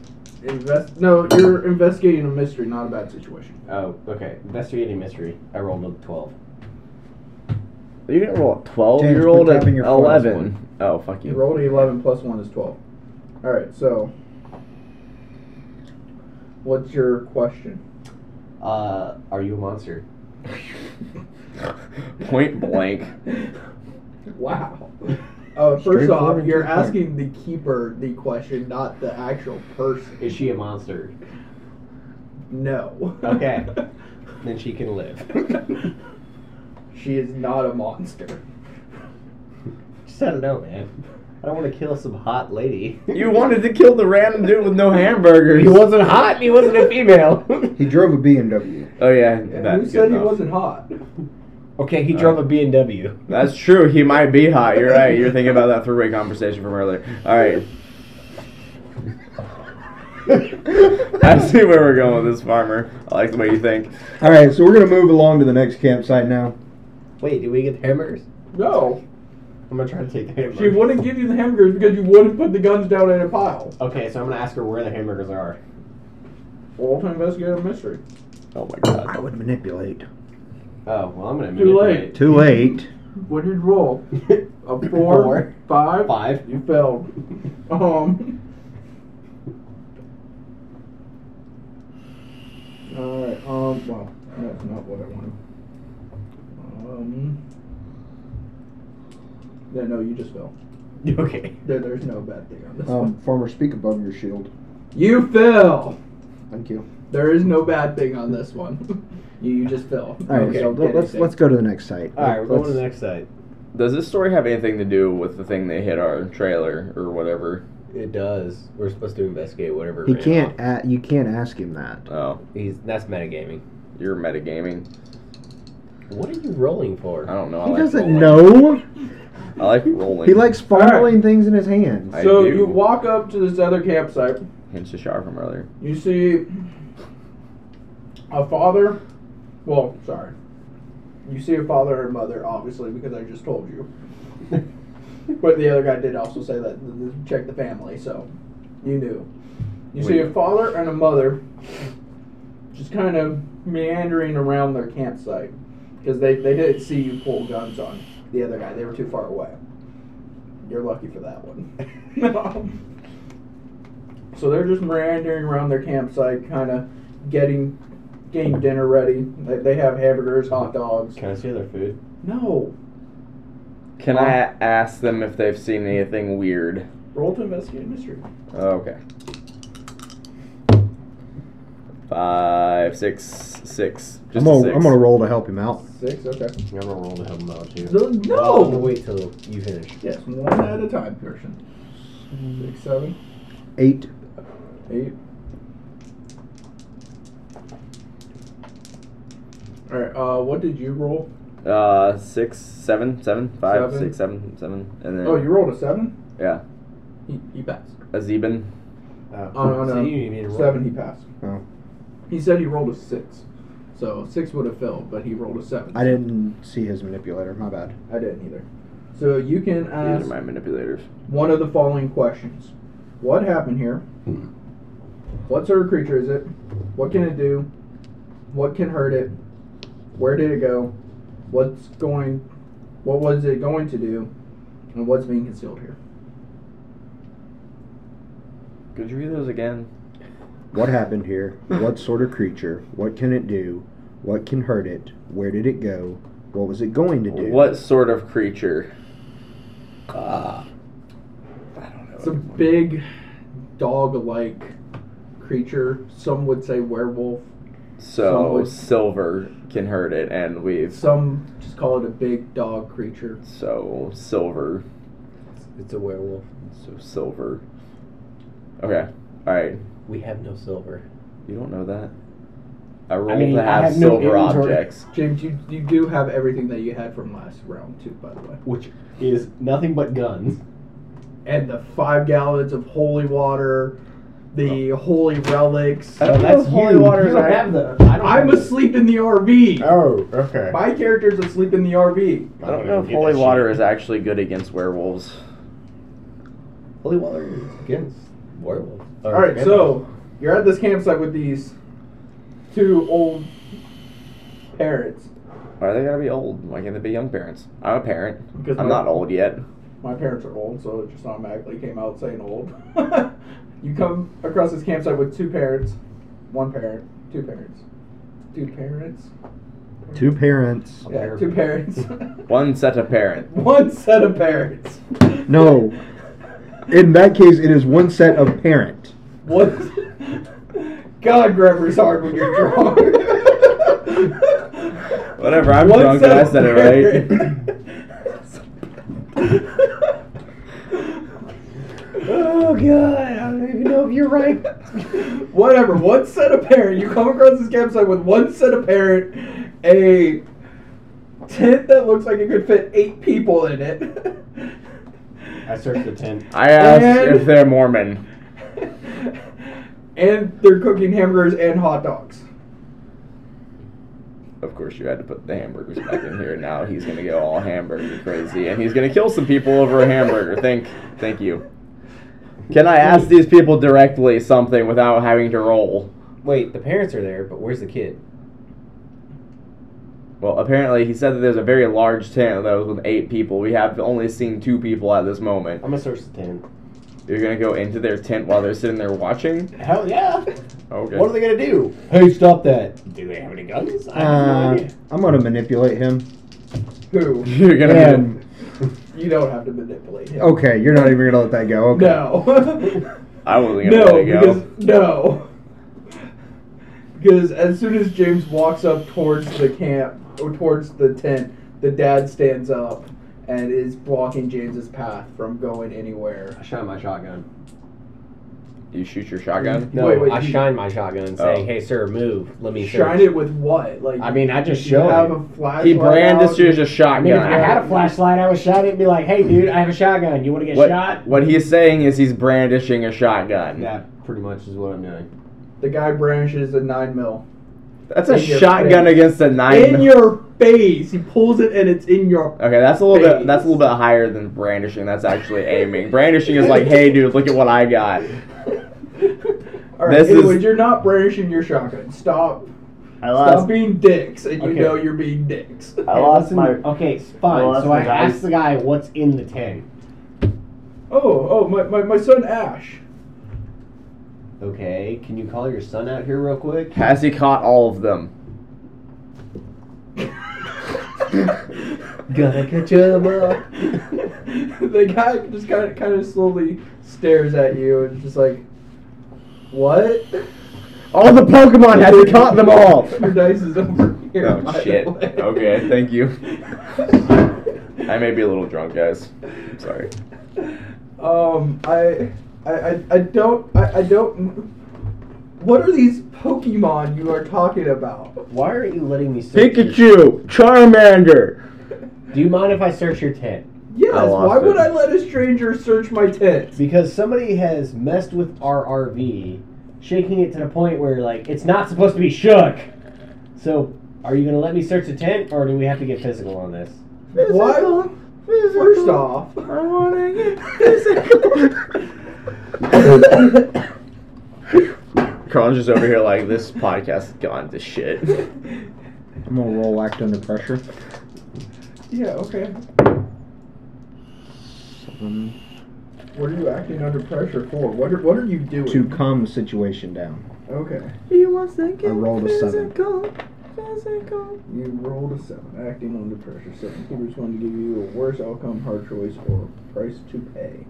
S4: invest. No, you're investigating a mystery, not a bad situation.
S7: Oh, okay. Investigating mystery. I rolled a twelve.
S5: You didn't roll a 12
S2: James,
S5: year old
S2: quit
S5: at
S2: tapping your foot.
S5: 11. Oh, fuck
S4: You
S5: you.
S4: rolled an eleven plus one is twelve. All right, so what's your question?
S7: Uh, are you a monster?
S5: Point blank.
S4: Wow. Uh, first
S2: Straightforward
S4: off,
S2: and
S4: you're
S2: to the point.
S4: asking the keeper the question, not the actual person.
S7: Is she a monster?
S4: No.
S7: Okay. Then she can live.
S4: she is not a monster.
S7: Just I don't know, man. I don't want to kill some hot lady.
S5: You wanted to kill the random dude with no hamburgers.
S6: He wasn't hot and he wasn't a female.
S2: He drove a BMW.
S5: Oh, yeah.
S4: Who
S5: That's,
S4: said
S5: good
S4: he
S5: enough.
S4: wasn't hot?
S6: okay,
S7: Uh.
S6: he drove a B&W.
S5: that's true. He might be hot. You're right. You're thinking about that three way conversation from earlier. All right. I see where we're going with this farmer. I like the way you think.
S2: All right, so we're gonna move along to the next campsite now.
S7: Wait, do we get the hamburgers?
S4: No.
S7: I'm gonna try to take the
S4: She
S7: hamburgers.
S4: wouldn't give you the hamburgers because you wouldn't put the guns down in a pile.
S7: Okay, so I'm gonna ask her where the hamburgers are.
S4: Well, to investigate a mystery.
S5: Oh, my God.
S2: I would manipulate.
S7: Oh, well, I'm gonna
S4: Too
S7: manipulate.
S2: Too late.
S4: What did you roll?
S7: late.
S4: A four,
S7: Four.
S4: five?
S7: Five.
S4: You failed. Um. Alright, um, well, that's not what I wanted. Um. Yeah, no, you just fell.
S7: okay.
S4: There, there's no bad thing on this
S2: Um,
S4: one.
S2: farmer, speak above your shield.
S4: You fell!
S2: Thank you.
S4: There is no bad thing on this one. you, you just fell.
S2: All right,
S4: Okay,
S2: so let- let's let's go to the next site.
S7: All right, we're going to
S2: Let's-
S7: the next side.
S5: Does this story have anything to do with the thing they hit our trailer or whatever?
S7: It does. We're supposed to investigate whatever.
S2: He
S7: ran
S2: can't.
S7: off.
S2: A- you can't ask him that.
S5: Oh,
S7: He's that's metagaming.
S5: you're metagaming.
S7: What are you rolling for?
S5: I don't know. I
S2: He
S5: like
S2: doesn't
S5: rolling.
S2: know.
S5: I like rolling.
S2: He likes fondling things in his hands.
S5: I
S4: So
S5: do.
S4: you walk up to this other campsite.
S5: Hence the shower from earlier.
S4: You see a father. Well, sorry. You see a father and mother, obviously, because I just told you. but the other guy did also say that th- th- check the family, so you knew. You see a father and a mother just kind of meandering around their campsite because they, they didn't see you pull guns on the other guy. They were too far away. You're lucky for that one. So they're just meandering around their campsite, kind of getting getting dinner ready. They, they have hamburgers, hot dogs.
S7: Can I see their food?
S4: No,
S5: Can I ask them if they've seen anything weird?
S4: roll to investigate a mystery.
S5: Oh, Okay. Five, six, six. Just
S2: I'm
S5: a
S2: gonna,
S5: six.
S2: I'm gonna roll to help him out.
S4: Six, okay.
S7: I'm gonna roll to help them out too.
S4: No,
S7: Oh, I'm gonna
S4: no.
S7: wait till you finish.
S4: Yes, one at a time, Pearson. Six, seven,
S2: Eight.
S4: eight. All right. Uh, what did you roll?
S5: Uh, six, seven, seven, five,
S4: Seven.
S5: six, seven, seven, and then
S4: Oh, you rolled a seven.
S5: yeah,
S4: He, he passed.
S5: a zeben.
S7: Oh,
S4: Oh no no.
S7: so you need me to roll.
S4: seven. He passed.
S2: Oh.
S4: He said he rolled a six, so six would have failed, but he rolled a seven.
S2: I didn't see his manipulator. My bad.
S4: I didn't either. So you can
S5: These are
S4: ask
S5: my manipulators.
S4: one of the following questions: What happened here? What sort of creature is it? What can it do? What can hurt it? Where did it go? What's going? What was it going to do? And what's being concealed here?
S5: Could you read those again?
S2: What happened here? What sort of creature? What can it do? What can hurt it? Where did it go? What was it going to do?
S5: What sort of creature? Ah. Uh, I don't know.
S4: It's a big dog-like creature. Some would say werewolf.
S5: so
S4: somewhat-
S5: silver can hurt it, and we've
S4: Some just call it a big dog creature.
S5: so silver,
S7: It's a werewolf.
S5: so silver. Okay, all right.
S7: We have no silver.
S5: You don't know that. I rolled
S6: mean,
S5: to
S6: I
S5: have,
S6: have no
S5: silver
S6: inventory.
S5: objects.
S4: James, you, you do have everything that you had from last round too, by the way,
S6: which is nothing but guns.
S4: and the five gallons of holy water, the
S5: Oh.
S4: holy relics.
S5: I don't know if
S6: holy
S5: you-
S6: water.
S5: you
S6: I
S5: don't
S6: have the. I don't
S4: I'm
S6: have the-
S4: asleep in the RV.
S7: Oh, okay.
S4: My character's asleep in the RV.
S5: I don't know if holy water is actually good against werewolves.
S7: Holy water is against werewolf.
S4: All right, so you're at this campsite with these two old parents.
S5: Why are they gotta be old? Why can't they be young parents? I'm a parent.
S4: Because
S5: I'm
S4: my-
S5: not old yet.
S4: My parents are old, so it just automatically came out saying old. you come across this campsite with two parents, one parent, two parents, two parents.
S2: Two parents.
S4: Yeah, two parents.
S5: One set of parents.
S4: one set of parents.
S2: No. In that case, it is one set of parent.
S4: What? God, Gregory's hard when you're drunk.
S5: Whatever, I'm drunk and I said it
S4: oh God, I don't even know if you're right. Whatever, one set of parent. You come across this campsite with one set of parent, a tent that looks like it could fit eight people in it.
S7: I searched the tent.
S5: I asked
S4: And-
S5: if they're Mormon.
S4: and they're cooking hamburgers and hot dogs.
S5: Of course, you had to put the hamburgers back in here. Now he's gonna go all hamburger crazy, and he's gonna kill some people over a hamburger. Thank, thank you. Can I ask these people directly something without having to roll?
S7: Wait, the parents are there, but where's the kid?
S5: Well, apparently he said that there's a very large tent that was with eight people. We have only seen two people at this moment.
S7: I'm gonna search the tent.
S5: You're gonna go into their tent while they're sitting there watching?
S6: Hell yeah!
S5: Okay.
S6: What are they gonna do?
S7: Hey, stop that!
S6: Do they have any guns? I have no
S2: Uh,
S6: idea.
S2: I'm gonna manipulate him.
S4: Who?
S5: You're gonna.
S2: And
S4: You don't have to manipulate him.
S2: okay, you're not even gonna let that go. Okay.
S4: No.
S5: I wasn't
S4: no,
S5: gonna let it go.
S4: because no. Because as soon as James walks up towards the camp or towards the tent, the dad stands up and is blocking James's path from going anywhere.
S3: I shot my shotgun.
S5: You shoot your shotgun.
S6: No,
S4: Wait, wait,
S6: I
S4: you-
S6: shine my shotgun and say,
S5: Oh.
S6: "Hey, sir, move. Let me
S4: Shine
S6: search."
S4: it with what? Like
S6: I mean, I just
S4: you
S6: show
S4: have
S6: him.
S4: a flashlight.
S5: He brandishes
S4: out?
S5: his
S6: I mean, if I
S5: shotgun.
S6: had a flashlight, I would shine it and be like, "Hey,
S3: Mm-hmm.
S6: dude, I have a shotgun. You want to get shot?"
S5: What, what he's saying is he's brandishing a shotgun.
S3: That pretty much is what I'm doing.
S4: The guy brandishes a nine mil.
S5: That's a
S4: In your
S5: shotgun
S4: face.
S5: against a nine.
S4: in your face. He pulls it and it's in your.
S5: Okay, that's a little
S4: face.
S5: bit. That's a little bit higher than brandishing. That's actually aiming. brandishing is like, hey, dude, look at what I got.
S4: All right.
S5: This is-
S4: Anyways, you're not brandishing your shotgun. Stop.
S8: I
S4: Stop
S8: lost.
S4: being dicks, and you
S6: Okay.
S4: know you're being dicks.
S8: I lost my.
S6: Okay, it's fine.
S8: Well, that's
S6: so I
S8: the guy.
S6: asked the guy what's in the tent.
S4: Oh, oh, my, my, my son Ash.
S3: Okay, can you call your son out here real quick?
S5: Has he caught all of them?
S7: Gonna catch him up.
S4: the guy just kind of, kind of slowly stares at you and just like, what?
S5: All the Pokemon has he caught them all?
S4: Your dice is over here. by
S5: Oh
S4: the
S5: shit.
S4: way.
S5: Okay, thank you. I may be a little drunk, guys. I'm sorry.
S4: Um, I, I, I, I don't, I, I don't. What are these Pokemon you are talking about?
S6: Why are you letting me search? your-
S5: Pikachu, Charmander.
S6: Do you mind if I search your tent?
S4: Yes,
S5: I lost
S4: why would
S5: it.
S4: I let a stranger search my tent?
S6: Because somebody has messed with our RV, shaking it to the point where like it's not supposed to be shook. So, are you gonna let me search the tent, or do we have to get physical on this?
S4: Why? First off, I wanna get
S5: Colin's just over here like this podcast has gone to shit.
S2: I'm gonna roll act under pressure.
S4: Yeah, okay.
S2: Um,
S4: What are you acting under pressure for? What are, what are you doing?
S2: to calm the situation down.
S4: Okay.
S2: I rolled a seven.
S4: physical. You rolled a seven, acting under pressure. Seven keepers going to give you a worse outcome, hard choice, or price to pay.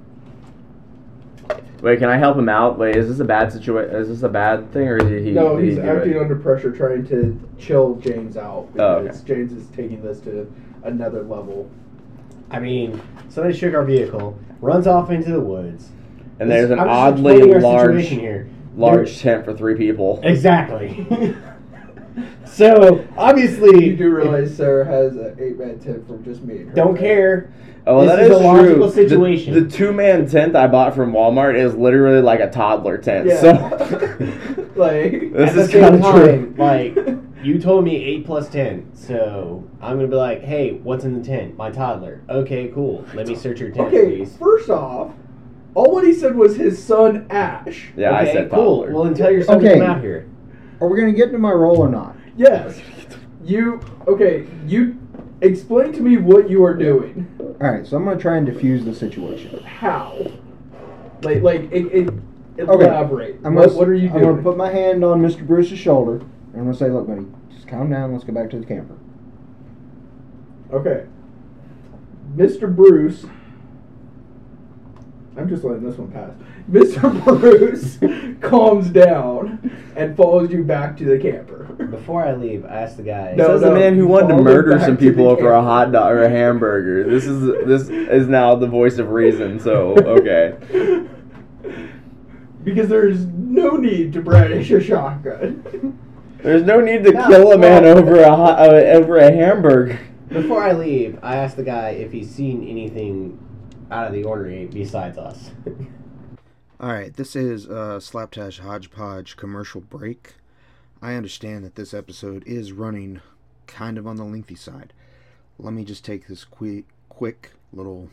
S5: Wait, can I help him out? Wait, is this a bad situation? Is this a bad thing, or did he?
S4: no,
S5: did he
S4: he's
S5: do
S4: acting
S5: it?
S4: under pressure, trying to chill James out
S5: Oh, okay.
S4: because James is taking this to another level.
S7: I mean, so they shook our vehicle, runs off into the woods.
S5: And there's an
S7: I'm just
S5: oddly
S7: explaining our
S5: large,
S7: situation here.
S5: large tent for three people.
S7: Exactly. so obviously,
S4: You do realize Sarah has an eight man tip from just me. And her
S7: don't
S4: right?
S7: care.
S5: Oh, well,
S7: This
S5: that
S7: is
S5: is
S7: a logical
S5: true. The-
S7: situation.
S5: The, two-man tent I bought from Walmart is literally like a toddler tent.
S4: Yeah.
S5: So
S4: like,
S5: this
S7: At the
S5: is
S7: same
S5: kind of true.
S7: time, Like you told me eight plus ten, so I'm gonna be like, hey, what's in the tent? My toddler. Okay, cool. Let me search your tent,
S4: okay,
S7: please.
S4: first off, all what he said was his son Ash.
S5: Yeah,
S7: okay,
S5: I said
S7: cool.
S5: toddler.
S7: Well, then tell your son to
S2: Okay.
S7: come out here.
S2: Are we gonna get into my role or not?
S4: Yes. You okay? You explain to me what you are doing.
S2: All right, so I'm gonna try and diffuse the situation.
S4: How? Like, like, it, it,
S2: Okay.
S4: elaborate.
S2: I'm
S4: what,
S2: gonna,
S4: what are you
S2: I'm
S4: doing?
S2: gonna put my hand on Mr. Bruce's shoulder and I'm gonna say, "Look, buddy, just calm down. Let's go back to the camper."
S4: okay. Mr. Bruce. I'm just letting this one pass. Mr. Bruce calms down and follows you back to the camper.
S7: Before I leave, I asked the guy.
S4: No,
S5: This is the
S4: no,
S5: man who
S4: you
S5: wanted to
S4: follow
S5: murder
S4: back
S5: some
S4: to the
S5: people over a
S4: camp.
S5: hot dog or a hamburger. This is this is now the voice of reason. So okay.
S4: because there's no need to brandish a shotgun.
S5: There's no need to
S7: No,
S5: kill a man
S7: well-
S5: over a hot, uh, over a hamburger.
S7: Before I leave, I asked the guy if he's seen anything out of the ordinary besides us.
S2: All right, this is a Slaptash Hodgepodge commercial break. I understand that this episode is running kind of on the lengthy side. Let me just take this quick, quick little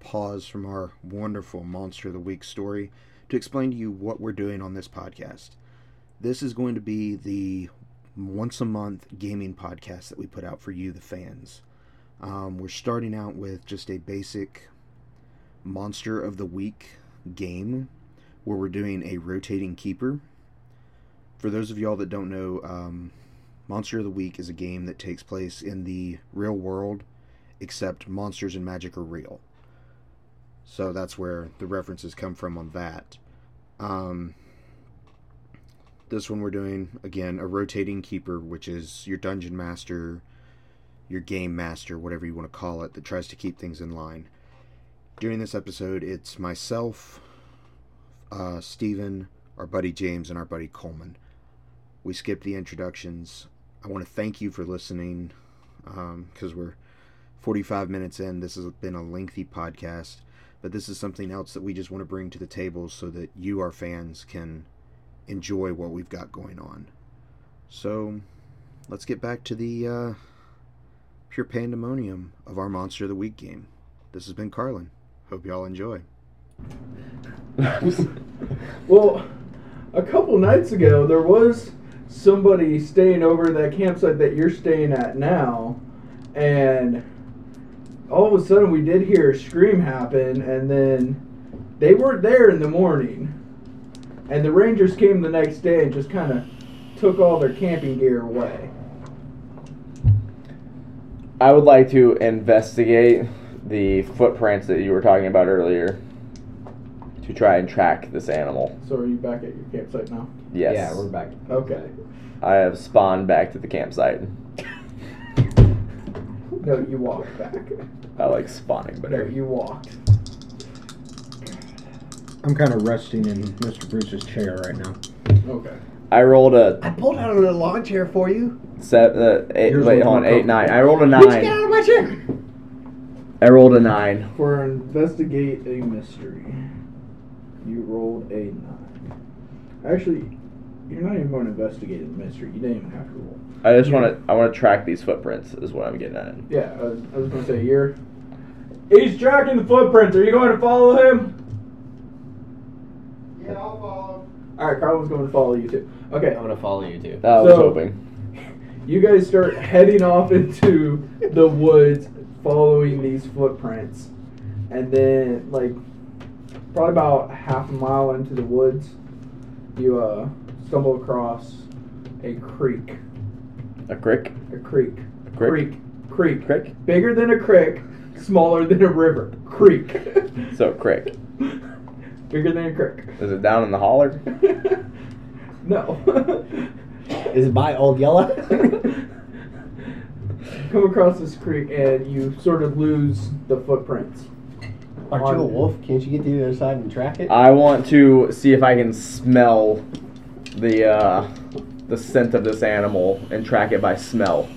S2: pause from our wonderful Monster of the Week story to explain to you what we're doing on this podcast. This is going to be the once a month gaming podcast that we put out for you, the fans. Um, we're starting out with just a basic Monster of the Week game where we're doing a rotating keeper. For those of y'all that don't know, um, Monster of the Week is a game that takes place in the real world, except monsters and magic are real. So that's where the references come from on that. Um, this one we're doing, again, a rotating keeper, which is your dungeon master, your game master, whatever you want to call it, that tries to keep things in line during this episode, it's myself, uh, Steven, our buddy James, and our buddy Coleman. We skipped the introductions. I want to thank you for listening because we're 45 minutes in. This has been a lengthy podcast, but this is something else that we just want to bring to the table so that you, our fans, can enjoy what we've got going on. So let's get back to the uh, pure pandemonium of our Monster of the Week game. This has been Carlin. Hope y'all enjoy.
S4: Well, a couple nights ago, there was somebody staying over at that campsite that you're staying at now, and all of a sudden we did hear a scream happen, and then they weren't there in the morning. And the Rangers came the next day and just kind of took all their camping gear away.
S5: I would like to investigate the footprints that you were talking about earlier to try and track this animal.
S4: So are you back at your campsite now?
S5: Yes.
S7: Yeah, we're back.
S4: Okay.
S5: I have spawned back to the campsite.
S4: No, you walked back.
S5: I like spawning
S4: No,
S5: better.
S4: you walked.
S2: I'm kind of resting in Mr. Bruce's chair right now.
S4: Okay.
S5: I rolled a
S7: I pulled out a lawn chair for you.
S5: seven, uh, eight,
S2: Here's one
S5: wait, hold on,
S2: more
S5: eight,
S2: couple.
S5: nine. I rolled a
S7: Bitch, get
S5: nine.
S7: out of my chair.
S5: I rolled a nine.
S4: For investigate a mystery, you rolled a nine. Actually, you're not even going to investigate a mystery. You didn't even have to roll.
S5: I just want to, I want to track these footprints is what I'm getting at.
S4: Yeah, I was, I was going to say you're. He's tracking the footprints. Are you going to follow him?
S2: Yeah, I'll follow.
S4: All right, Carlin's going to follow you too. Okay,
S7: I'm gonna follow you too.
S5: I was
S4: So-
S5: hoping.
S4: you guys start heading off into the woods, following these footprints, and then like probably about half a mile into the woods, you uh, stumble across a creek
S5: A crick?
S4: A creek.
S5: A crick?
S4: Creek. Creek.
S5: Crick?
S4: Bigger than a creek, smaller than a river. Creek.
S5: So, crick.
S4: Bigger than a creek.
S5: Is it down in the holler?
S4: no.
S7: Is it by Old Yellow?
S4: Come across this creek and you sort of lose the footprints.
S7: Aren't you a wolf? Can't you get to the other side and track it?
S5: I want to see if I can smell the uh, the scent of this animal and track it by smell.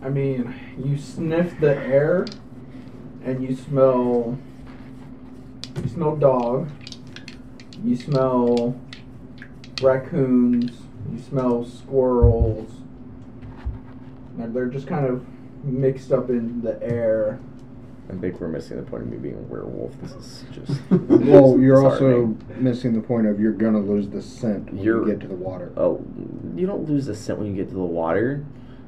S4: I mean, you sniff the air and you smell you smell dog. You smell raccoons, you smell squirrels. And they're just kind of mixed up in the air.
S5: I think we're missing the point of me being a werewolf. This is just.
S2: Well, you're
S5: Sorry.
S2: also missing the point of you're gonna lose the scent when
S5: You're-
S2: you get to the water.
S5: Oh, you don't lose the scent when you get to the water.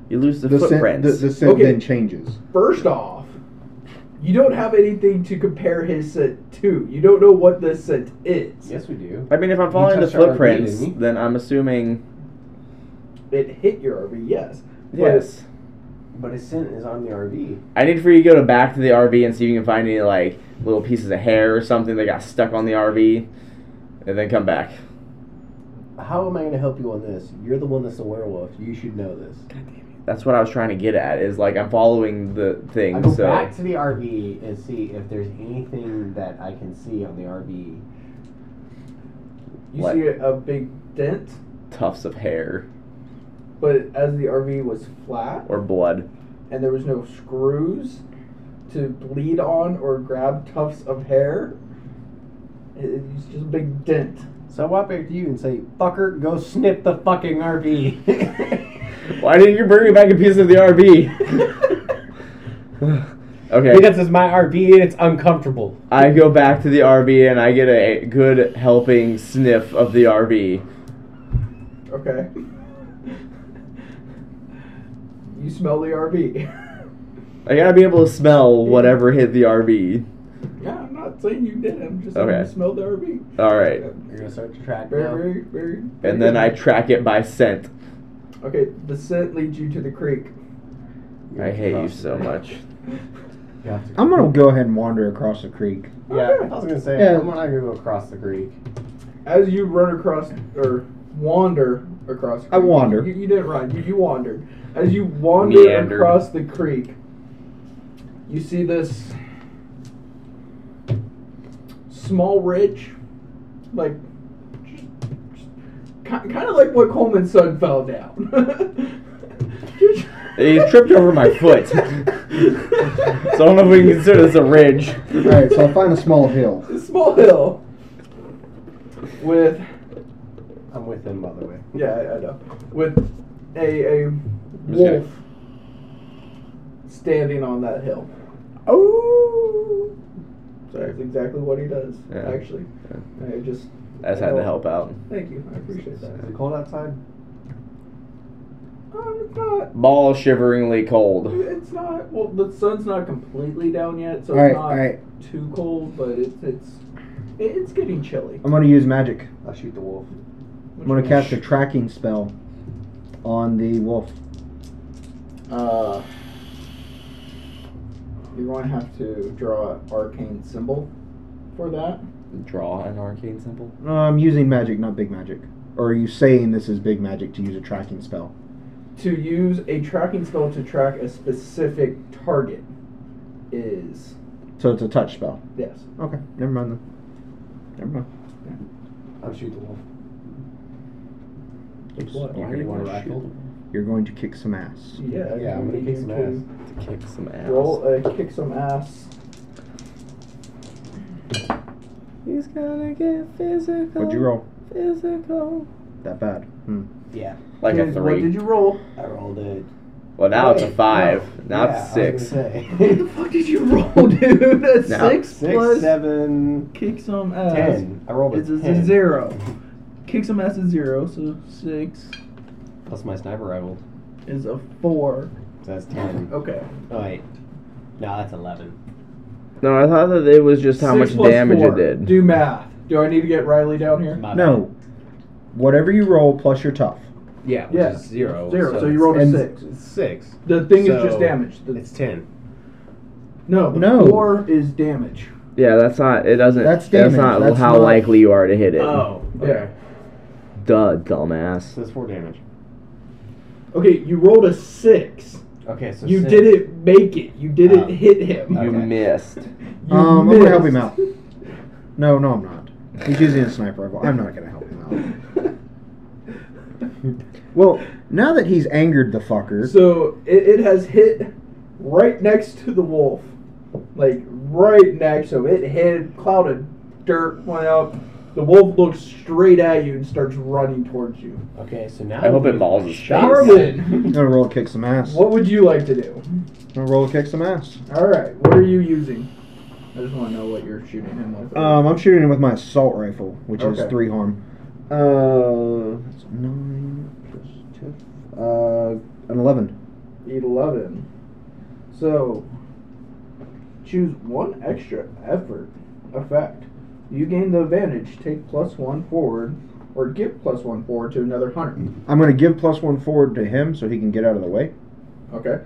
S5: You lose the,
S2: The scent,
S5: footprints.
S2: the, the scent
S4: Okay.
S2: then changes.
S4: First off, you don't have anything to compare his scent to. You don't know what this scent is.
S7: yes, we do.
S5: I mean, if I'm following the
S7: touched our RV,
S5: footprints,
S7: didn't you?
S5: then I'm assuming
S4: It hit your RV, yes.
S5: yes.
S7: But his scent is on the RV.
S5: I need for you to go to back to the RV and see if you can find any like little pieces of hair or something that got stuck on the RV, and then come back.
S7: How am I going to help you on this? You're the one that's a werewolf. You should know this.
S5: That's what I was trying to get at. Is like I'm following the thing.
S7: I go
S5: so
S7: back to the RV and see if there's anything that I can see on the RV.
S4: You
S5: What?
S4: see a, a big dent,
S5: tufts of hair
S4: but as the RV was flat,
S5: or blood.
S4: and there was no screws to bleed on or grab tufts of hair. It- It's just a big dent.
S7: So I walk back to you and say, "Fucker, go sniff the fucking RV."
S5: Why didn't you bring me back a piece of the RV? okay.
S6: Because it's my RV and it's uncomfortable.
S5: I go back to the RV and I get a good helping sniff of the RV.
S4: Okay. you smell the RV.
S5: I gotta be able to smell whatever hit the RV.
S4: yeah, I'm not saying you did. I'm just saying
S5: Okay.
S4: you smelled the RV.
S5: All right,
S7: You're gonna start to track
S4: Very,
S7: now.
S4: very, very. very
S5: and then I
S4: good.
S5: track it by scent.
S4: Okay, the scent leads you to the creek.
S5: I hate you so much.
S7: You have to-
S2: I'm gonna go ahead and wander across the creek.
S7: Yeah, I was gonna say
S2: Yeah.
S7: I'm not gonna go across the creek.
S4: As you run across or wander across, the
S2: I wander.
S4: You, you didn't run. You, you wandered. As you wander
S5: Meandered.
S4: across the creek, you see this small ridge, like kind of like what Coleman's son fell down.
S5: He tripped over my foot. so I don't know if we can consider this a ridge.
S2: Alright, so I find a small hill.
S4: a small hill with
S7: I'm with him, by the way.
S4: yeah, I, I know with a a
S5: just kidding.
S4: wolf standing on that hill.
S5: Oh. Sorry,
S4: That's exactly what he does.
S5: Yeah.
S4: Actually, I just
S5: I just had to help out.
S4: thank you. I appreciate that.
S7: Is it cold outside?
S4: Um, it's not.
S5: Ball shiveringly cold.
S4: It's not. Well, the sun's not completely down yet, so
S2: Alright,
S4: it's not
S2: alright.
S4: too cold. But it's it's it- it's getting chilly.
S2: I'm gonna use magic.
S7: I'll shoot the wolf.
S2: I'm gonna cast a tracking spell on the wolf.
S4: Uh, you're going to have to draw an arcane symbol for that.
S5: Draw an arcane symbol.
S2: No, Uh, I'm using magic, not big magic. Or are you saying this is big magic to use a tracking spell?
S4: To use a tracking spell to track a specific target is
S2: So it's a touch spell.
S4: yes.
S2: Okay, never mind then. Never mind.
S7: I'll shoot the wolf.
S4: Like what?
S5: Why
S7: You
S5: did
S7: want a
S5: I
S7: rifle?
S2: You're going to kick some ass.
S4: Yeah,
S7: Yeah, I'm
S4: we
S7: gonna
S4: need
S7: kick
S4: you
S7: some
S4: to
S7: ass.
S5: shoot? Kick some ass.
S4: Roll a kick some ass.
S5: He's gonna get physical.
S2: What'd you roll?
S5: Physical.
S2: That bad. Hmm.
S7: Yeah,
S5: Like a
S4: Kids, What
S5: three.
S4: did you roll?
S7: I rolled it.
S5: well, now it's a
S7: Wait,
S5: five.
S7: no.
S5: Now
S7: Yeah,
S5: it's
S7: I was
S5: six.
S7: gonna say.
S4: What the fuck did you roll, dude? That's
S5: No.
S4: six,
S7: Six,
S4: plus
S7: seven,
S4: kick some ass.
S7: ten. I rolled a
S4: It's a,
S7: ten.
S4: zero. Kick some ass is zero, so six
S7: Plus my sniper rifle.
S4: is a four.
S7: So that's ten.
S4: Okay.
S7: Oh wait. No, that's eleven.
S5: No, I thought that it was just how
S4: Six
S5: much
S4: plus
S5: damage
S4: four.
S5: it did.
S4: Do math. Do I need to get Riley down here?
S7: My
S2: No.
S8: whatever you roll plus your tough.
S7: Yeah, which
S4: Yeah.
S7: is zero.
S4: Zero, so you rolled a
S7: and
S4: six.
S7: it's Six.
S4: The thing is
S7: So-
S4: just damage. The-
S7: It's ten.
S4: no, the
S8: No.
S4: four is damage.
S5: Yeah, that's not. It doesn't.
S8: That's
S5: That's,
S8: damage,
S5: not
S8: that's
S5: how
S8: not-
S5: likely you are to hit it.
S4: Yeah.
S5: Duh, dumbass.
S7: Oh, So it's four damage.
S4: Okay, you rolled a six.
S7: Okay, so
S4: you
S7: six.
S4: did it. Make it. You didn't
S7: Oh.
S4: hit him.
S5: You
S7: Okay.
S5: missed.
S4: You
S8: um, I'm gonna help him
S4: missed.
S8: out. No, no, I'm not. He's using a sniper rifle. I'm not gonna help him out. Well, now that he's angered the fucker,
S4: So it, it has hit right next to the wolf. Like right next to it. It hit cloud of dirt went up. The wolf looks straight at you and starts running towards you.
S7: Okay, so now
S5: I hope it mauls his face.
S4: Darwin,
S8: I'm gonna roll kick some ass.
S4: what would you like to do?
S8: I'm gonna roll kick some ass.
S4: Alright, what are you using? I just wanna know what you're shooting him with.
S8: Um, I'm shooting him with my assault rifle, which
S4: Okay.
S8: is three harm. Uh, that's nine plus two. Uh, an eleven.
S4: Eleven. So choose one extra effort effect. You gain the advantage, take plus one forward, or give plus one forward to another hunter.
S8: I'm gonna give plus one forward to him so he can get out of the way.
S4: Okay.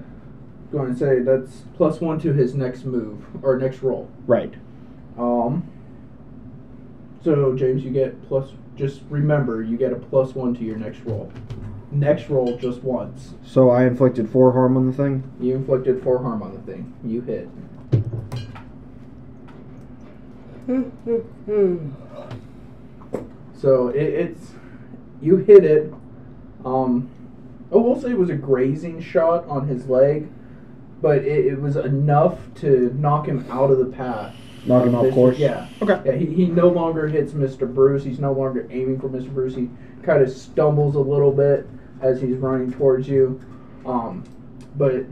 S4: Going to say that's plus one to his next move or next roll.
S8: Right.
S4: Um. So James, you get plus. Just remember, you get a plus one to your next roll. Next roll just once.
S8: So I inflicted four harm on the thing.
S4: You inflicted four harm on the thing. You hit. So it, it's you hit it. Um, I will say it was a grazing shot on his leg, but it, it was enough to knock him out of the path.
S8: Knock him off
S4: Mr.
S8: course.
S4: Yeah.
S8: Okay.
S4: Yeah. He, he no longer hits Mr. Bruce. He's no longer aiming for Mr. Bruce. He kind of stumbles a little bit as he's running towards you. Um, but you,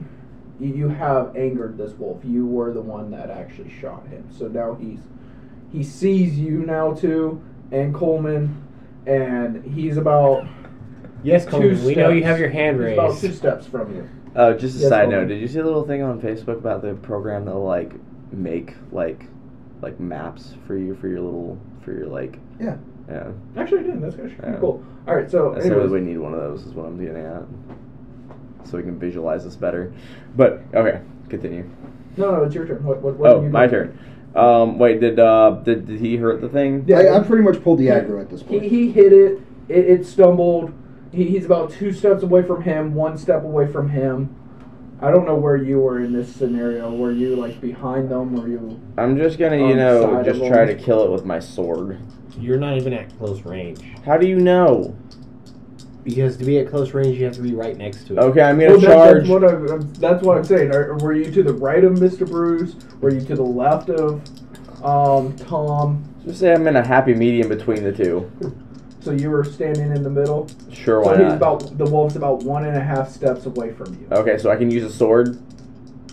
S4: you have angered this wolf. You were the one that actually shot him. So now he's he sees you now too, and Coleman, and he's about
S6: Yes,
S4: Two
S6: Coleman, we know you
S4: steps.
S6: have your hand
S4: he's about two
S6: raised.
S4: steps from you.
S5: Oh, just a
S4: Yes,
S5: side
S4: hold on.
S5: note. Did you see the little thing on Facebook about the program that'll like make like like maps for you for your little for your like
S4: Yeah.
S5: yeah.
S4: Actually, I didn't. That's actually pretty
S5: Yeah.
S4: cool. All right. So
S5: That's really
S4: anyways,
S5: we need one of those is what I'm getting at. So we can visualize this better. But okay, continue.
S4: no, no, it's your turn. What? What? what
S5: Oh,
S4: are you
S5: my
S4: doing?
S5: turn. Um, wait, did uh did, did he hurt the thing?
S4: Yeah.
S8: I, I pretty much pulled the aggro at this
S4: He,
S8: point.
S4: he hit it, it. It stumbled. He, he's about two steps away from him, one step away from him. I don't know where you were in this scenario. Were you like behind them? Were you?
S5: I'm just gonna, you
S4: Um,
S5: know,
S4: side
S5: just
S4: of
S5: try to
S4: him.
S5: kill it with my sword.
S6: You're not even at close range.
S5: How do you know?
S7: Because to be at close range, you have to be right next to it.
S5: Okay, I'm
S4: Well,
S5: gonna
S4: that- That's
S5: charge.
S4: what, I, that's what I'm saying. Are, were you to the right of Mr. Bruce? Were you to the left of um, Tom?
S5: Just say I'm in a happy medium between the two.
S4: So you were standing in the middle.
S5: Sure,
S4: So
S5: why
S4: he's
S5: not? Oh.
S4: about the wolf's about one and a half steps away from you.
S5: Okay, so I can use a sword.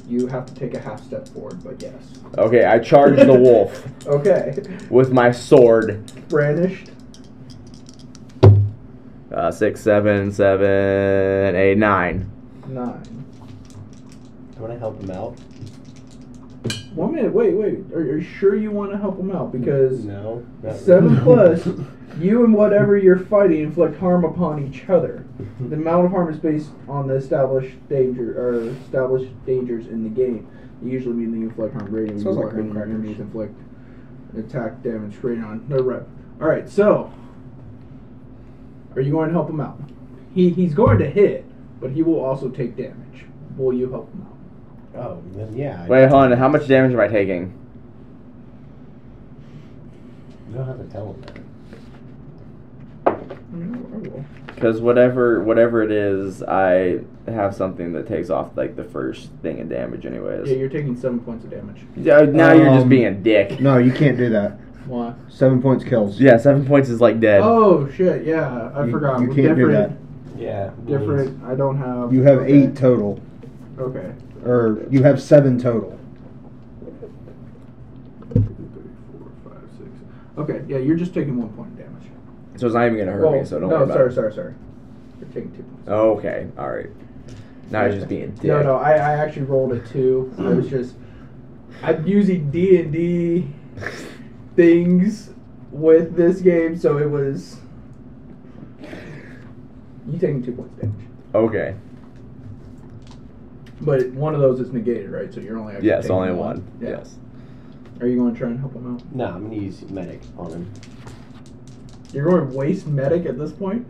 S4: You have to take a half step forward, but yes.
S5: Okay, I charge the wolf
S4: Okay,
S5: with my sword.
S4: brandished.
S5: Uh, six, seven, seven, eight, nine.
S4: Nine.
S7: I'm gonna help him out.
S4: One minute. Wait, wait. Are, are you sure you want to help him out? Because
S7: No. not
S4: seven
S7: really.
S4: plus, you and whatever you're fighting inflict harm upon each other.
S8: Mm-hmm.
S4: The amount of harm is based on the established danger or established dangers in the game. They usually mean the inflict harm rating.
S8: Sounds like
S4: Warhammer
S8: Grim Crackers.
S4: enemies inflict attack damage rating on no rep. All right. So, are you going to help him out? He he's going to hit, but he will also take damage. Will you help him out?
S7: Oh, then yeah. I
S5: Wait, hold on. How much damage am I taking?
S7: You don't have to tell him that.
S5: Because whatever whatever it is, I have something that takes off like the first thing in damage,
S4: Yeah,
S5: anyways.
S4: you're taking seven points of damage.
S5: Yeah, now you're just
S8: Um,
S5: being a dick.
S8: No, you can't do that.
S4: Why?
S8: Seven points kills.
S5: Yeah, seven points is like dead.
S4: Oh shit! Yeah, I
S8: You-
S4: forgot.
S8: you
S4: We're
S8: can't do
S4: different,
S7: Yeah.
S4: Different. I don't have.
S8: You have
S4: okay.
S8: eight total,
S4: Okay.
S8: or you have seven total.
S4: Three, four, five, six. Okay. Yeah, you're just taking one point of damage.
S5: So it's not even gonna hurt
S4: Well,
S5: me. So don't
S4: Oh, no,
S5: worry about
S4: sorry,
S5: it.
S4: sorry, sorry. You're taking two points.
S5: Okay, all right. Now you're just being a dick.
S4: No, no. I, I actually rolled a two. I was just. I'm using D and D things with this game, so it was. You taking two points damage,
S5: Okay.
S4: but one of those is negated, right? So you're only actually
S5: Yes,
S4: taking
S5: only one.
S4: Yeah.
S5: Yes.
S4: Are you going to try and help him out?
S7: Nah, I'm gonna use medic on him.
S4: You're going to waste medic at this point.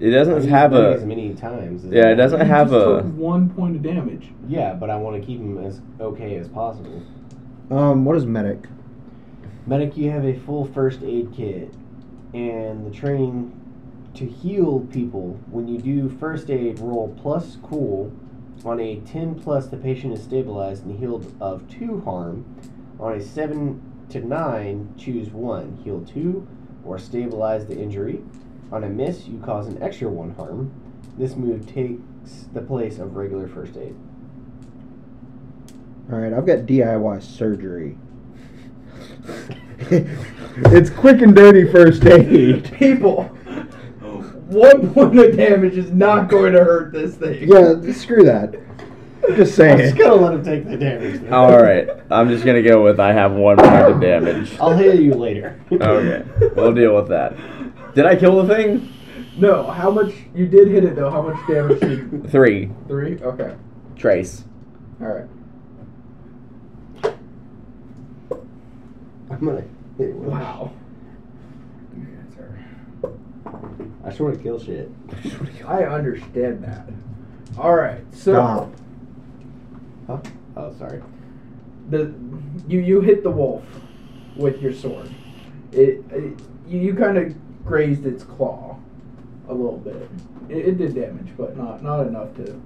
S5: It
S7: I
S5: doesn't
S7: use
S5: have
S7: medic as
S5: a.
S7: many times. as
S5: Yeah,
S7: I
S5: it doesn't
S4: You
S5: have
S4: just
S5: a.
S4: took one point of damage.
S7: want. Yeah, but I want to keep him as okay as possible.
S2: Um, what is medic?
S7: Medic, you have a full first aid kit, and the training to heal people when you do first aid roll plus cool on a 10 plus the patient is stabilized and healed of 2 harm on a 7 to 9 choose 1 heal 2 or stabilize the injury on a miss you cause an extra 1 harm this move takes the place of regular first aid
S2: All right, I've got DIY surgery. it's quick and dirty first aid.
S4: People, one point of damage is not going to hurt this thing.
S2: Yeah, screw that. Just
S7: I'm
S2: saying.
S7: just gonna let him take the damage
S5: All right, I'm just gonna go with I have one point of damage.
S7: I'll heal you later
S5: Okay, we'll deal with that. Did I kill the thing?
S4: No, how much you did hit it though? How much damage did you?
S5: Three.
S4: Three. Okay.
S5: Trace.
S4: All right.
S7: I'm gonna hit it with a
S4: Wow.
S7: I just want to kill shit.
S4: I understand that. All right. So
S2: Stop.
S7: Huh? Oh, sorry.
S4: the you you hit the wolf with your sword. It, it you, you kind of grazed its claw a little bit. It, it did damage, but not not enough to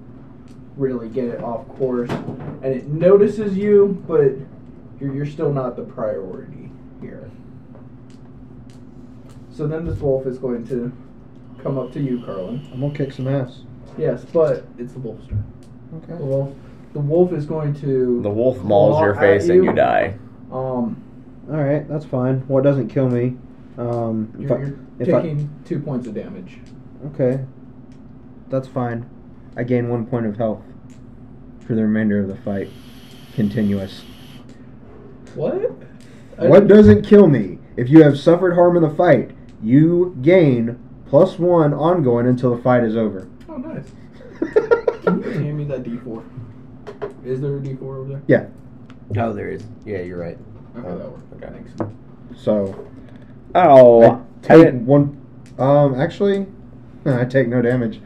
S4: really get it off course. And it notices you, but you're, you're still not the priority here. So then this wolf is going to come up to you, Carlin.
S2: I'm gonna kick some ass.
S4: Yes, but it's the wolf's turn. The
S2: Okay.
S4: wolf, the wolf is going to
S5: The wolf mauls
S4: claw
S5: your
S4: at
S5: face and you die.
S4: Um,
S2: All right, that's fine. What doesn't kill me? Um, if I-
S4: You're,
S2: if
S4: you're
S2: I-
S4: taking two points of damage.
S2: okay, that's fine. I gain one point of health for the remainder of the fight. Continuous.
S4: What?
S2: What doesn't kill me? If you have suffered harm in the fight, you gain plus one ongoing until the fight is over.
S4: Oh, nice. Can you hand me that D4? Is there a D4 over there?
S7: Oh, there is. Yeah, you're right.
S4: Okay,
S7: Oh,
S4: that worked.
S7: okay.
S4: Thanks.
S2: so
S5: Oh,
S2: I
S5: I,
S2: take
S5: didn't-
S2: one. Um, actually, I take no damage.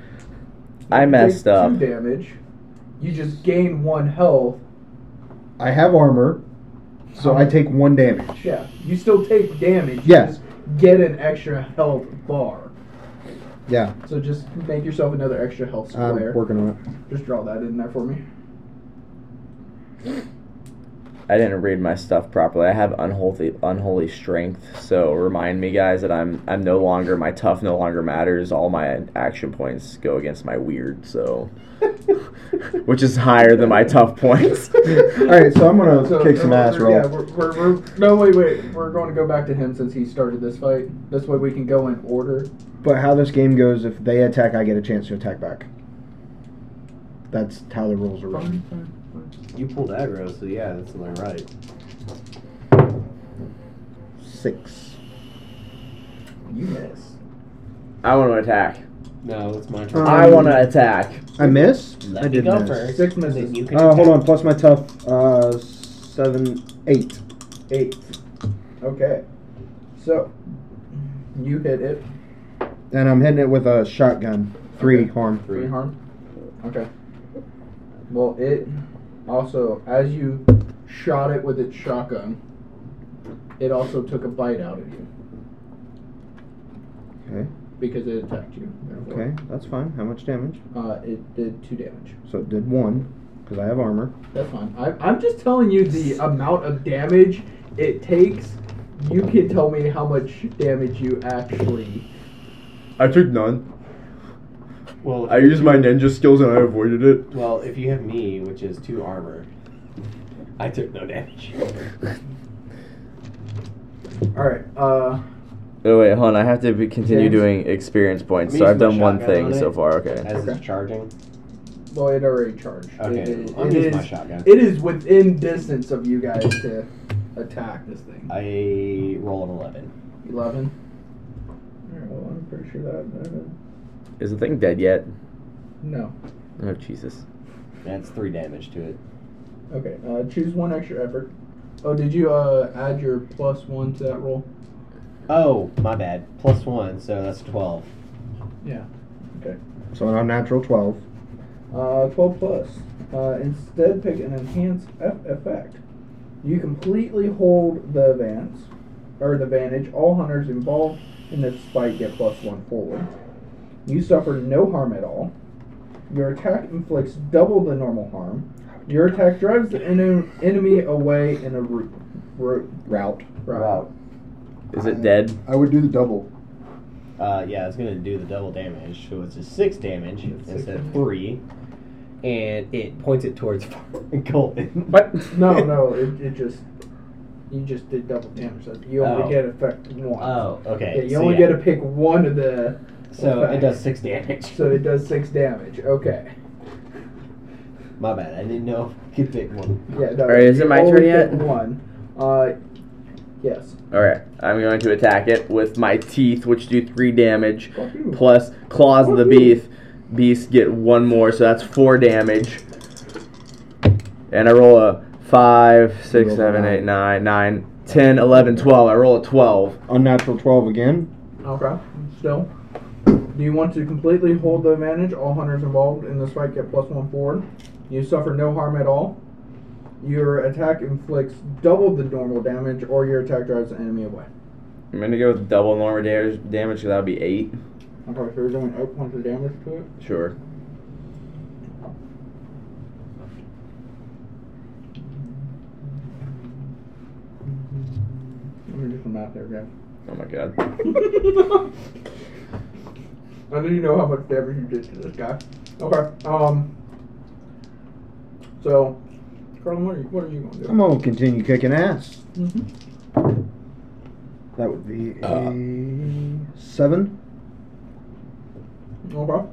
S5: I
S4: You
S5: messed
S4: take
S5: up.
S4: Two damage. You just gain one health.
S2: I have armor, so
S4: Um,
S2: I take one damage.
S4: Yeah. You still take damage. You
S2: Yeah.
S4: just get an extra health bar.
S2: Yeah,
S4: So just make yourself another extra health square.
S2: I'm working on it.
S4: just draw that in there for me.
S5: I didn't read my stuff properly. I have unholy unholy strength, so remind me, guys, that I'm I'm no longer my tough no longer matters. All my action points go against my weird, so which is higher than my tough points.
S2: All right, so I'm gonna
S4: So,
S2: kick some
S4: uh,
S2: ass. Roll.
S4: Yeah, we're, we're, we're, no, wait, wait. We're going to go back to him since he started this fight. This way we can go in order.
S2: But how this game goes, if they attack, I get a chance to attack back. That's how the rules are written.
S7: You pulled aggro, so yeah, that's only right.
S2: Six.
S4: You miss.
S5: I want to attack.
S7: No, it's my
S2: turn.
S5: I want to attack.
S2: I missed.
S7: Let
S2: I
S7: me
S2: did
S7: go
S2: miss.
S7: first.
S4: Six misses.
S7: you can
S5: Oh,
S2: Uh, hold on. Plus my tough. Uh, seven, eight.
S4: Eight. Okay. So, you hit it.
S2: And I'm hitting it with a shotgun. Three harm.
S4: Three harm. Okay. Well, it also, as you shot it with its shotgun, it also took a bite out of you
S2: Okay.
S4: because it attacked you. therefore.
S2: Okay. That's fine. How much damage?
S4: Uh, it did two damage.
S2: So it did one, because I have armor.
S4: That's fine. I, I'm just telling you the amount of damage it takes. You can tell me how much damage you actually.
S5: I took none.
S7: Well, if,
S5: used my ninja skills and I avoided it.
S7: well, if you have me, which is two armor, I took no damage.
S4: All right. Uh.
S5: Oh wait, hold on. I have to be, continue
S4: James?
S5: doing experience points.
S7: I'm
S5: So I've
S7: using
S5: done
S7: my
S5: one
S7: shotgun
S5: thing
S7: on
S5: so
S7: it.
S5: far. Okay.
S7: As
S4: Okay.
S7: it's charging.
S4: Well, it already charged. It-
S7: Okay,
S4: it-
S7: I'm
S4: it
S7: using my
S4: is-
S7: shotgun.
S4: It is within distance of you guys to attack this thing.
S7: I roll an eleven.
S4: Eleven. Alright, well, I'm pretty sure that.
S5: Is the thing dead yet?
S4: No.
S5: Oh Jesus.
S7: That's three damage to it.
S4: Okay. Uh, choose one extra effort. Oh, did you uh, add your plus one to that roll?
S7: Oh, my bad. Plus one, so that's twelve.
S2: So an unnatural 12.
S4: Uh, 12 plus. Uh, instead, pick an enhanced eff- effect. You completely hold the advance, or the vantage. All hunters involved in this fight get plus one forward. You suffer no harm at all. Your attack inflicts double the normal harm. Your attack drives the en- enemy away in a route. Route.
S2: Route.
S4: Route.
S5: Is it dead?
S2: I would do the double.
S7: Uh, yeah, it's gonna do the double damage, so it's a six damage instead of three, and it points it towards Colton.
S5: What?
S4: No, no, it, it just. You just did double damage. so You only
S7: Oh.
S4: get effect one.
S7: Oh, okay.
S4: Yeah, you
S7: so
S4: only
S7: yeah.
S4: get to pick one of the.
S7: so
S4: effects.
S7: it does six damage.
S4: So it does six damage. Okay.
S7: My bad. I didn't know if I could pick one.
S4: Yeah. No,
S5: Alright, is it
S4: you
S5: my
S4: only
S5: turn
S4: get
S5: yet?
S4: One. Uh, yes.
S5: All right. I'm going to attack it with my teeth, which do three damage,
S4: Fuck you.
S5: plus claws of the beast. Beast get one more, so that's four damage. And I roll a five,
S2: rolled
S5: six,
S2: a
S5: seven,
S2: nine.
S5: eight, nine, nine, ten, eleven, twelve. I roll a twelve.
S2: Unnatural 12 again.
S4: Okay. Still. Do you want to completely hold the advantage? All hunters involved in this fight get plus one forward. You suffer no harm at all. Your attack inflicts double the normal damage, or your attack drives the enemy away.
S5: I'm gonna go with double normal damage, damage, 'cause that would be eight.
S4: Okay, so you're doing eight points of damage to it.
S5: Sure.
S7: Mm-hmm.
S4: Let me do some math there, guys.
S5: Oh my god.
S4: I didn't know how much damage you did to this guy. Okay. Um. So, Carlin, what are you, what are you going to do?
S2: I'm going to continue kicking ass.
S4: Mhm.
S2: That would be a 7.
S4: Okay.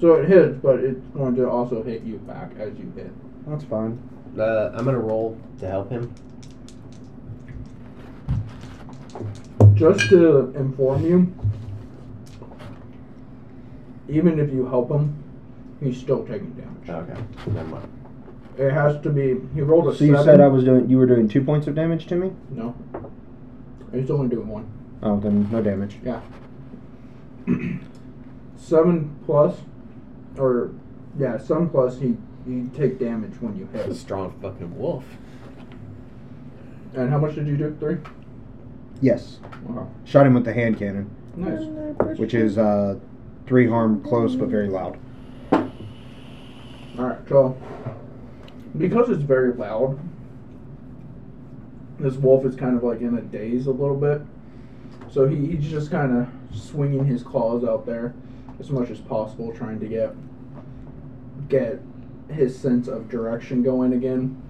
S4: So it hits, but it's going to also hit you back as you hit.
S2: That's fine.
S7: Uh, I'm gonna roll to help him.
S4: Just to inform you, even if you help him, he's still taking damage.
S7: Okay. Never mind.
S4: It has to be. He rolled a
S2: So you
S4: seven.
S2: said I was doing you were doing 2 points of damage to me?
S4: No. He's only doing one.
S2: Oh, then no damage.
S4: Seven plus, or yeah, seven plus. He you take damage when you
S7: A
S4: hit.
S7: strong fucking wolf.
S4: And how much did you do? Three.
S2: Yes.
S4: Wow.
S2: Shot him with the hand cannon,
S4: Nice.
S2: which is uh 3 harm close but very loud.
S4: All right. So, because it's very loud, this wolf is kind of like in a daze a little bit. So he, he's just kind of swinging his claws out there as much as possible, trying to get get his sense of direction going again.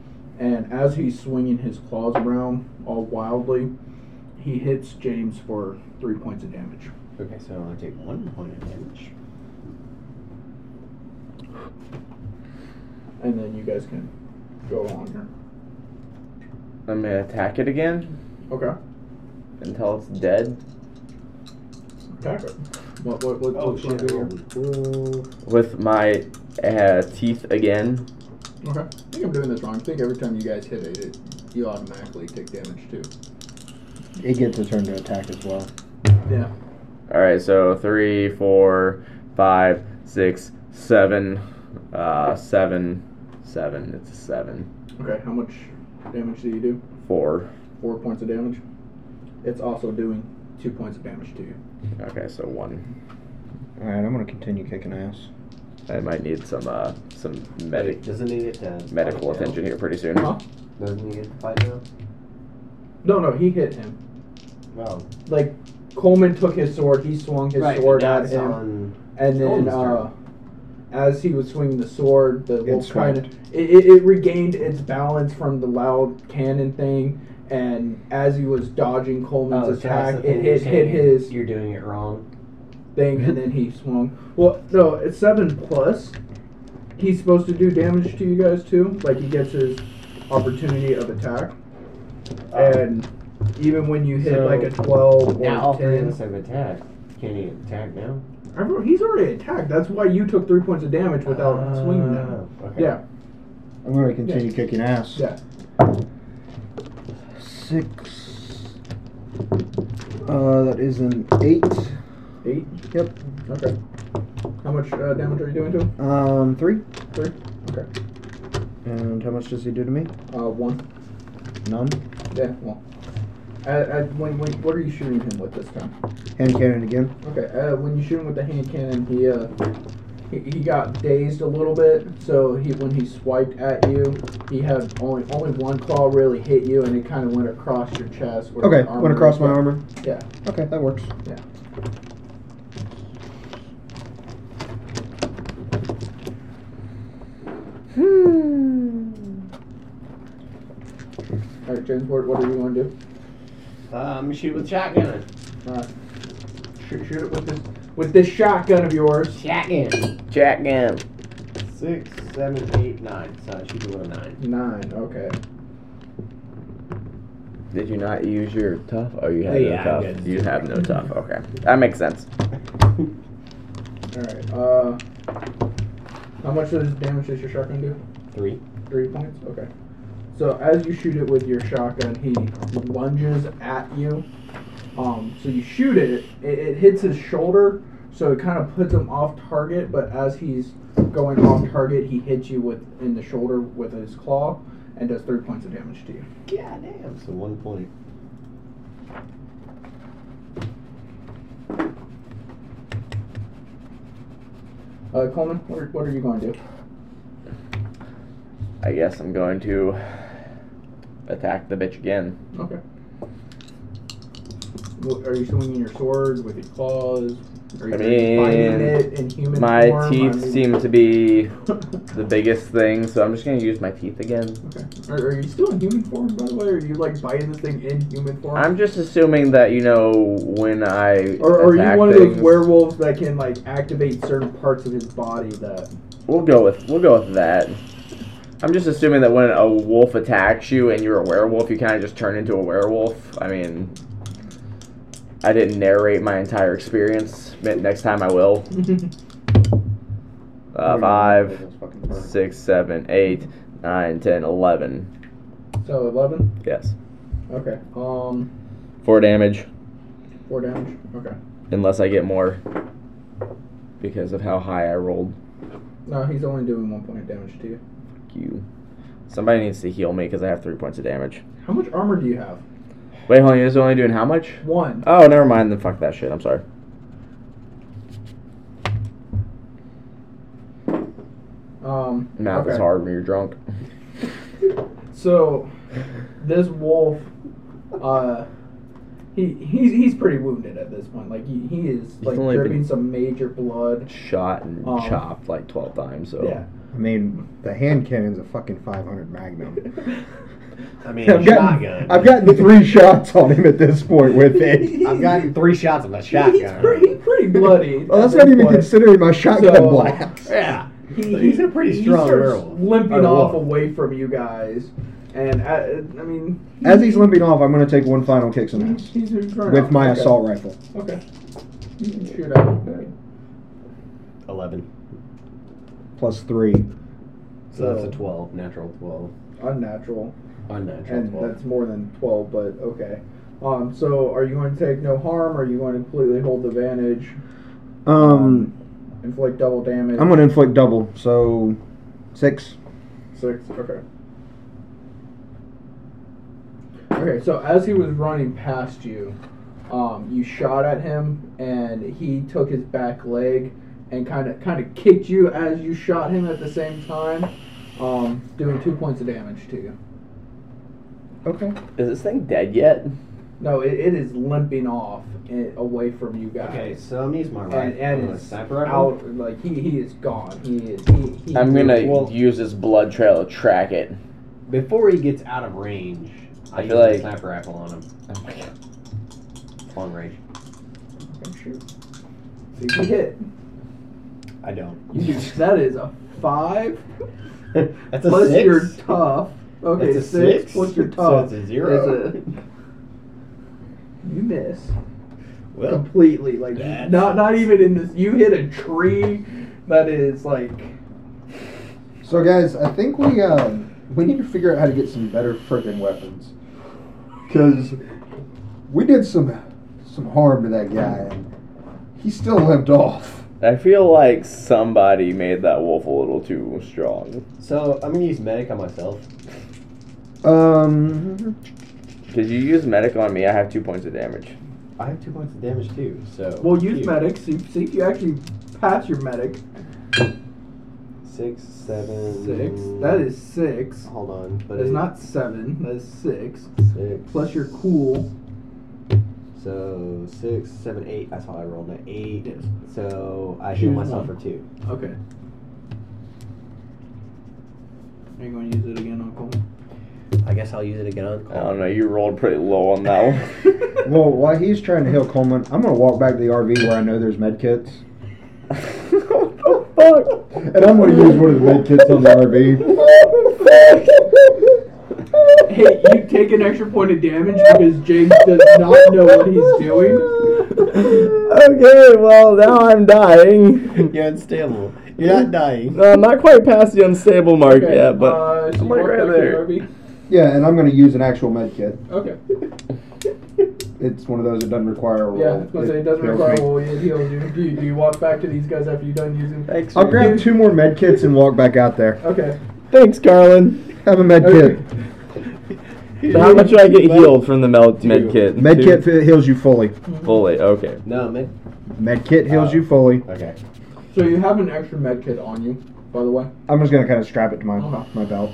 S4: And as he's swinging his claws around all wildly, he hits James for three points of damage.
S7: Okay, so I only take one point of damage.
S4: And then you guys can go on here.
S5: I'm gonna attack it again
S4: Okay.
S5: until it's dead.
S4: Attack it. What, what, what,
S7: Oh
S4: what's gonna
S7: shit!
S4: do
S7: I
S4: here?
S7: rolled a twelve.
S5: with my uh, teeth again.
S4: Okay. I think I'm doing this wrong. I think every time you guys hit it, it you automatically take damage too.
S2: It gets a turn to attack as well.
S4: Yeah.
S5: All right, so three, four, five, six, seven, uh, seven, seven. It's a seven,
S4: Okay. How much damage do you do?
S5: four.
S4: Four points of damage. It's also doing two points of damage to you.
S5: Okay, so one.
S2: All right, I'm going to continue kicking ass.
S5: I might need some uh, some medic
S7: Wait, Doesn't he get to
S5: medical
S7: fight now?
S5: attention here pretty soon.
S4: Huh?
S7: Doesn't he get to fight now?
S4: No, no. He hit him.
S7: Wow.
S4: Like Coleman took his sword. He swung his sword at
S7: that's
S4: him,
S7: on.
S4: and then
S7: Coleman's
S4: uh, as he was swinging the sword, the wolf kind of
S2: swung.
S4: it, it, it regained its balance from the loud cannon thing. And as he was dodging Coleman's
S7: Oh, so that's
S4: attack,
S7: the
S4: it,
S7: thing you're
S4: it hit
S7: saying,
S4: his
S7: You're doing it wrong.
S4: thing, and then he swung. Well, no, it's seven plus. He's supposed to do damage to you guys too. Like he gets his opportunity of attack, and even when you hit
S7: Uh, So-
S4: like a twelve or
S7: Now all three of
S4: ten,
S7: us have attacked. Can he attack now?
S4: I I've- He's already attacked. That's why you took three points of damage without
S7: Uh,
S4: swinging at him.
S7: Okay.
S4: Yeah,
S8: I'm going to continue kicking ass.
S4: yeah.
S8: Six. Uh, that is an eight.
S4: Eight.
S8: Yep.
S4: Okay. How much uh, damage are you doing to him?
S8: Um, three.
S4: Three. Okay.
S8: And how much does he do to me?
S4: Uh, one.
S8: None.
S4: Yeah. Well. At, at, when, when, what are you shooting him with this time?
S8: Hand cannon again.
S4: Okay, uh, when you shoot him with the hand cannon, he uh, he, he got dazed a little bit. So he when he swiped at you, he had only only one claw really hit you, and it kind of went across your chest. where
S8: Okay,
S4: the armor
S8: went across
S4: is.
S8: my armor.
S4: Yeah.
S8: Okay, that works.
S4: Yeah. All right, James, what, what are you going to do?
S7: Um, shoot with shotgun.
S4: Shoot, shoot it with this with this shotgun of yours.
S7: Shotgun.
S5: Jack Gam.
S7: Six, seven, eight, nine. So I shoot it with a nine.
S4: Nine. Okay.
S5: Did you not use your tough? Oh, you have
S7: Oh,
S5: no
S7: yeah,
S5: tough.
S7: I'm good.
S5: You have no tough. Okay, that makes sense.
S4: All right. Uh, how much does damage does your shotgun do?
S7: Three.
S4: Three points. Okay. So as you shoot it with your shotgun, he lunges at you. Um, so you shoot it, it, it hits his shoulder, so it kind of puts him off target. But as he's going off target, he hits you with in the shoulder with his claw and does three points of damage to you.
S7: God damn. So one point.
S4: Uh, Coleman, what are, what are you going to do?
S5: I guess I'm going to attack the bitch again.
S4: Okay. Well, Are you swinging your sword with your claws? Are you
S5: I mean,
S4: finding it in human
S5: My
S4: form? I
S5: teeth
S4: mean-
S5: seem to be the biggest thing, so I'm just gonna use my teeth again.
S4: Okay. Are, are you still in human form, by the way? Or are you like biting the thing in human form?
S5: I'm just assuming that you know when I
S4: or are
S5: attack
S4: you one of those
S5: things-
S4: werewolves that can like activate certain parts of his body that?
S5: We'll go with we'll go with that. I'm just assuming that when a wolf attacks you and you're a werewolf, you kind of just turn into a werewolf. I mean, I didn't narrate my entire experience. but Next time I will. Uh, five,
S2: That's fucking perfect.
S5: six, seven, eight, nine, ten, eleven.
S4: so eleven.
S5: Yes,
S4: Okay. Um,
S5: four damage,
S4: four damage. Okay.
S5: unless I get more because of how high I rolled.
S4: No, he's only doing one point of damage to you.
S5: Fuck You. Somebody needs to heal me because I have three points of damage.
S4: How much armor do you have?
S5: Wait, hold on. You're just only doing how much?
S4: One.
S5: Oh, never mind. Then fuck that shit. I'm sorry.
S4: Um.
S5: Math
S4: okay.
S5: is hard when you're drunk.
S4: So, this wolf, uh, he he's he's pretty wounded at this point. Like he, he is like
S5: only
S4: dripping
S5: been-
S4: some major blood.
S5: Shot and
S4: Oh.
S5: chopped like twelve times. So
S4: Yeah.
S8: I mean, the hand cannon's a fucking 500 Magnum.
S7: I mean,
S8: I've
S7: shotgun.
S8: gotten, I've gotten three shots on him at this point with it.
S7: I've gotten three shots on that
S4: He's
S7: shotgun.
S4: pretty pretty bloody.
S8: Well, Oh, that's
S4: at
S8: not
S4: this
S8: even
S4: point.
S8: considering my shotgun
S4: So-
S8: blast.
S7: Yeah.
S4: He-
S7: He's a pretty
S4: he
S7: strong
S4: starts
S7: werewolf.
S4: Limping
S7: Or
S4: off
S7: wolf.
S4: away from you guys, and I, I mean, he-
S8: As he's limping off, I'm going to take one final kick some ass
S4: he's in front
S8: with my
S4: okay.
S8: assault rifle.
S4: Okay. You can shoot at him.
S7: Eleven.
S8: Plus three.
S7: So that's a twelve. Natural twelve.
S4: Unnatural,
S7: Unnatural
S4: and
S7: twelve.
S4: that's more than twelve, but okay. Um, so are you going to take no harm? Or are you going to completely hold the advantage?
S8: Um,
S4: Inflict double damage.
S8: I'm going to inflict double, so six.
S4: Six. Okay. Okay. So as he was running past you, um, you shot at him, and he took his back leg and kind of kind of kicked you as you shot him at the same time, um, doing two points of damage to you.
S8: Okay.
S5: is this thing dead yet?
S4: No, it, it is limping off and away from you guys.
S7: Okay, so I'm using my
S4: And,
S7: rifle.
S4: and
S7: a
S4: it's
S7: sniper rifle.
S4: out like he, he is gone. He is he, he
S5: I'm gonna
S7: Well-
S5: use this blood trail to track it.
S7: Before he gets out of range, I,
S5: I
S7: use
S5: feel
S7: my
S5: like-
S7: sniper rifle on him. Long range.
S4: shoot. See if you hit.
S7: I don't.
S4: that is a five.
S7: That's a
S4: plus
S7: six.
S4: your tough. Okay,
S7: That's a
S4: six,
S7: six?
S4: plus your
S7: So
S4: tough.
S7: it's a zero.
S4: is a- you miss.
S9: Well,
S4: completely. Like
S9: that's-
S4: not not even in this. You hit a tree that is like
S2: So guys, I think we um, we need to figure out how to get some better freaking weapons, because we did some some harm to that guy, and he still limped off.
S5: I feel like somebody made that wolf a little too strong.
S7: So I'm gonna use medic on myself.
S2: Um,
S5: Did you use medic on me? I have two points of damage.
S7: I have two points of damage too. So
S4: well, use
S7: Phew.
S4: medic. See, see if you actually pass your medic.
S7: Six, seven,
S4: Six. That is six.
S7: Hold on, but
S4: That is
S7: it-
S4: not seven. That is six.
S7: six.
S4: Plus your cool.
S7: So six, seven, eight. That's how I rolled an eight.
S4: Yes.
S7: So I heal
S4: Choose
S7: myself
S4: one.
S7: for two.
S4: Okay. Are you going to use it again, Uncle?
S7: I guess I'll use it again on
S5: I don't know. You rolled pretty low on that one.
S2: well, while he's trying to heal Coleman, I'm gonna walk back to the RV where I know there's med kits,
S5: what the fuck?
S2: and I'm gonna use one of the med kits on the RV.
S4: Hey, you take an extra point of damage because James does not know what he's doing.
S5: okay, well now I'm dying.
S7: You're unstable. You're not dying.
S5: No, I'm not quite past the unstable mark yet, but
S4: uh, so
S5: I'm
S4: you
S5: like
S4: walk
S5: right
S4: back to
S5: there.
S4: the
S2: Yeah, and I'm gonna use an actual med kit.
S4: RV? Okay.
S2: It's one of those that doesn't require a roll.
S4: Yeah, I was gonna say it doesn't
S2: heals
S4: require
S2: me.
S4: a roll. It heals you. Do you, do you walk back to these guys after you're done using?
S5: Thanks,
S2: I'll grab two more med kits and walk back out there.
S4: Okay.
S5: Thanks, Carlin.
S2: Have a med
S4: Okay.
S2: kit.
S5: So how much do I get healed from the mel- med kit?
S2: Med
S5: Two?
S2: kit fi- heals you fully.
S5: Fully. Oh, Okay.
S7: No, man.
S2: Med kit heals
S4: Uh,
S7: Oh.
S2: you fully.
S7: Okay.
S4: So you have an extra med kit on you, by the way.
S2: I'm just gonna kind of strap it to my
S4: Okay.
S2: my belt.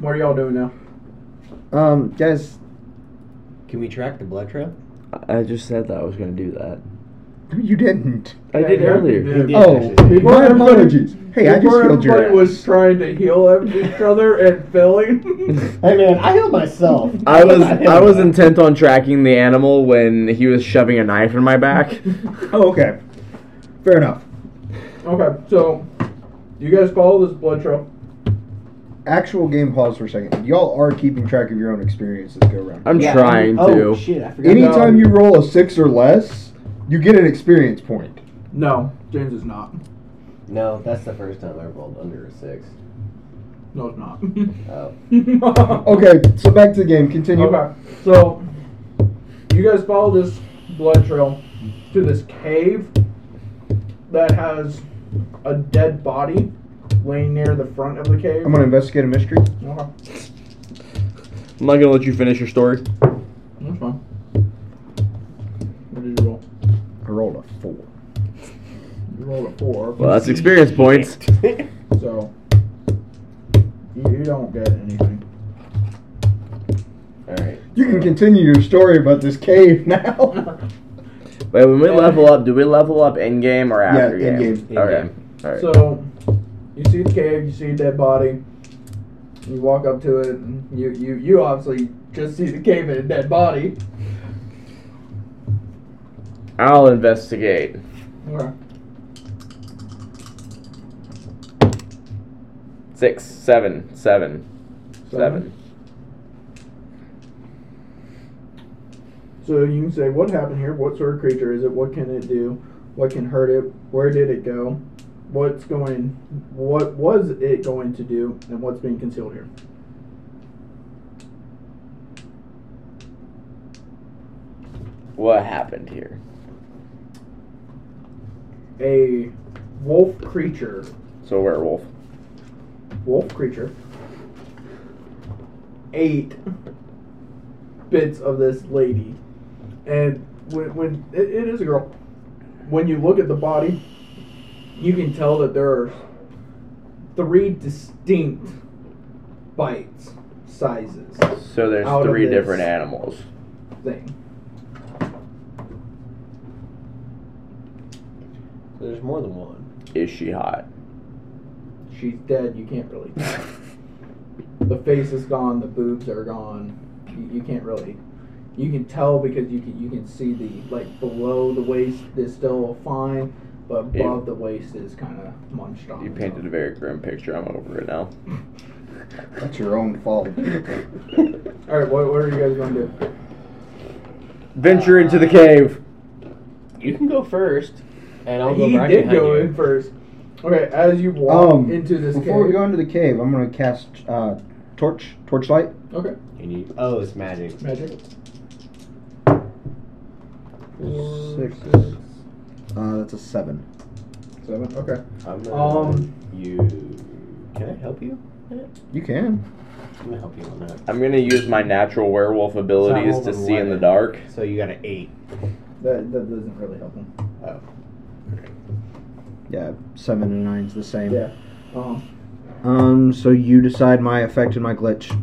S4: What are y'all doing now?
S2: Um, guys,
S7: Can we track the blood trail?
S5: I just said that I was gonna do that.
S2: you didn't.
S5: I did
S4: Yeah,
S5: earlier.
S4: you did.
S7: Yeah,
S2: oh,
S7: actually.
S2: my apologies. Hey, I just
S4: Before
S2: healed your
S4: everybody
S2: ass.
S4: was trying to heal each other and failing.
S7: Hey man, I healed myself.
S5: I was
S7: Not him.
S5: I was intent on tracking the animal when he was shoving a knife in my back.
S2: Oh, okay. Fair enough.
S4: okay, so you guys follow this blood trail.
S2: Actual game pause for a second. Y'all are keeping track of your own experiences go round.
S5: I'm
S7: Yeah,
S5: trying
S7: oh,
S5: to.
S7: shit, I forgot.
S2: Anytime
S4: No.
S2: you roll a six or less, you get an experience point.
S4: No, James is not.
S7: No, that's the first time I rolled under a six.
S4: No, it's not.
S7: Oh.
S2: Okay, so back to the game. Continue.
S4: Okay, so you guys follow this blood trail to this cave that has a dead body laying near the front of the cave.
S2: I'm gonna investigate a mystery.
S4: Okay,
S5: I'm not gonna let you finish your story.
S4: that's fine. What did you roll?
S2: I rolled a four.
S4: You rolled a four.
S5: Well, that's experience points.
S4: So you, you don't get anything.
S7: Alright.
S2: You can continue your story about this cave now.
S5: Wait, when we level up, do we level up in game or
S2: Yeah,
S5: after game?
S2: in-game.
S5: Okay. All right.
S4: So you see the cave, you see a dead body. You walk up to it, and you you you obviously just see the cave and a dead body.
S5: I'll investigate.
S4: Okay.
S5: Six, seven, seven, seven.
S4: So you can say what happened here, what sort of creature is it, what can it do, what can hurt it, where did it go, what's going, what was it going to do, and what's being concealed here.
S5: What happened here?
S4: A wolf creature,
S5: So werewolf.
S4: wolf creature, ate bits of this lady, and when when it, it is a girl, when you look at the body, you can tell that there are three distinct bites sizes
S5: So there's
S4: Out of
S5: three
S4: this.
S5: different animals.
S4: thing.
S7: So there's more than one.
S5: Is she hot?
S4: She's dead. You can't really. tell. the face is gone. The boobs are gone. You, you can't really. You can tell because you can you can see the like below the waist is still fine, but above
S5: Ew.
S4: the waist is kind of munched on.
S5: You painted a very grim picture. I'm over it now.
S2: That's your own fault.
S4: All right, what, what are you guys gonna do?
S5: Venture into the cave.
S6: You can go first, and I'll go
S4: he
S6: right
S4: did
S6: behind
S4: go
S6: you.
S4: in first. Okay, as you walk
S2: Um,
S4: into this
S2: before we
S4: cave.
S2: go into the cave, I'm gonna cast uh, torch, torchlight.
S4: okay,
S6: And you- oh, it's magic.
S4: magic. Four,
S2: Six. Uh, that's a seven.
S4: seven. Okay.
S6: I'm gonna,
S4: Um,
S6: you. Can I help you?
S2: You can.
S6: I'm gonna help you on that.
S5: I'm gonna use my natural werewolf abilities
S6: So I'm
S5: to
S6: holding
S5: see in the
S6: eleven.
S5: dark.
S6: So you got an eight. Oh.
S4: That, that doesn't really help him.
S2: Yeah, seven and nine's the same.
S4: Yeah. Um,
S2: Um, so you decide my effect and my glitch.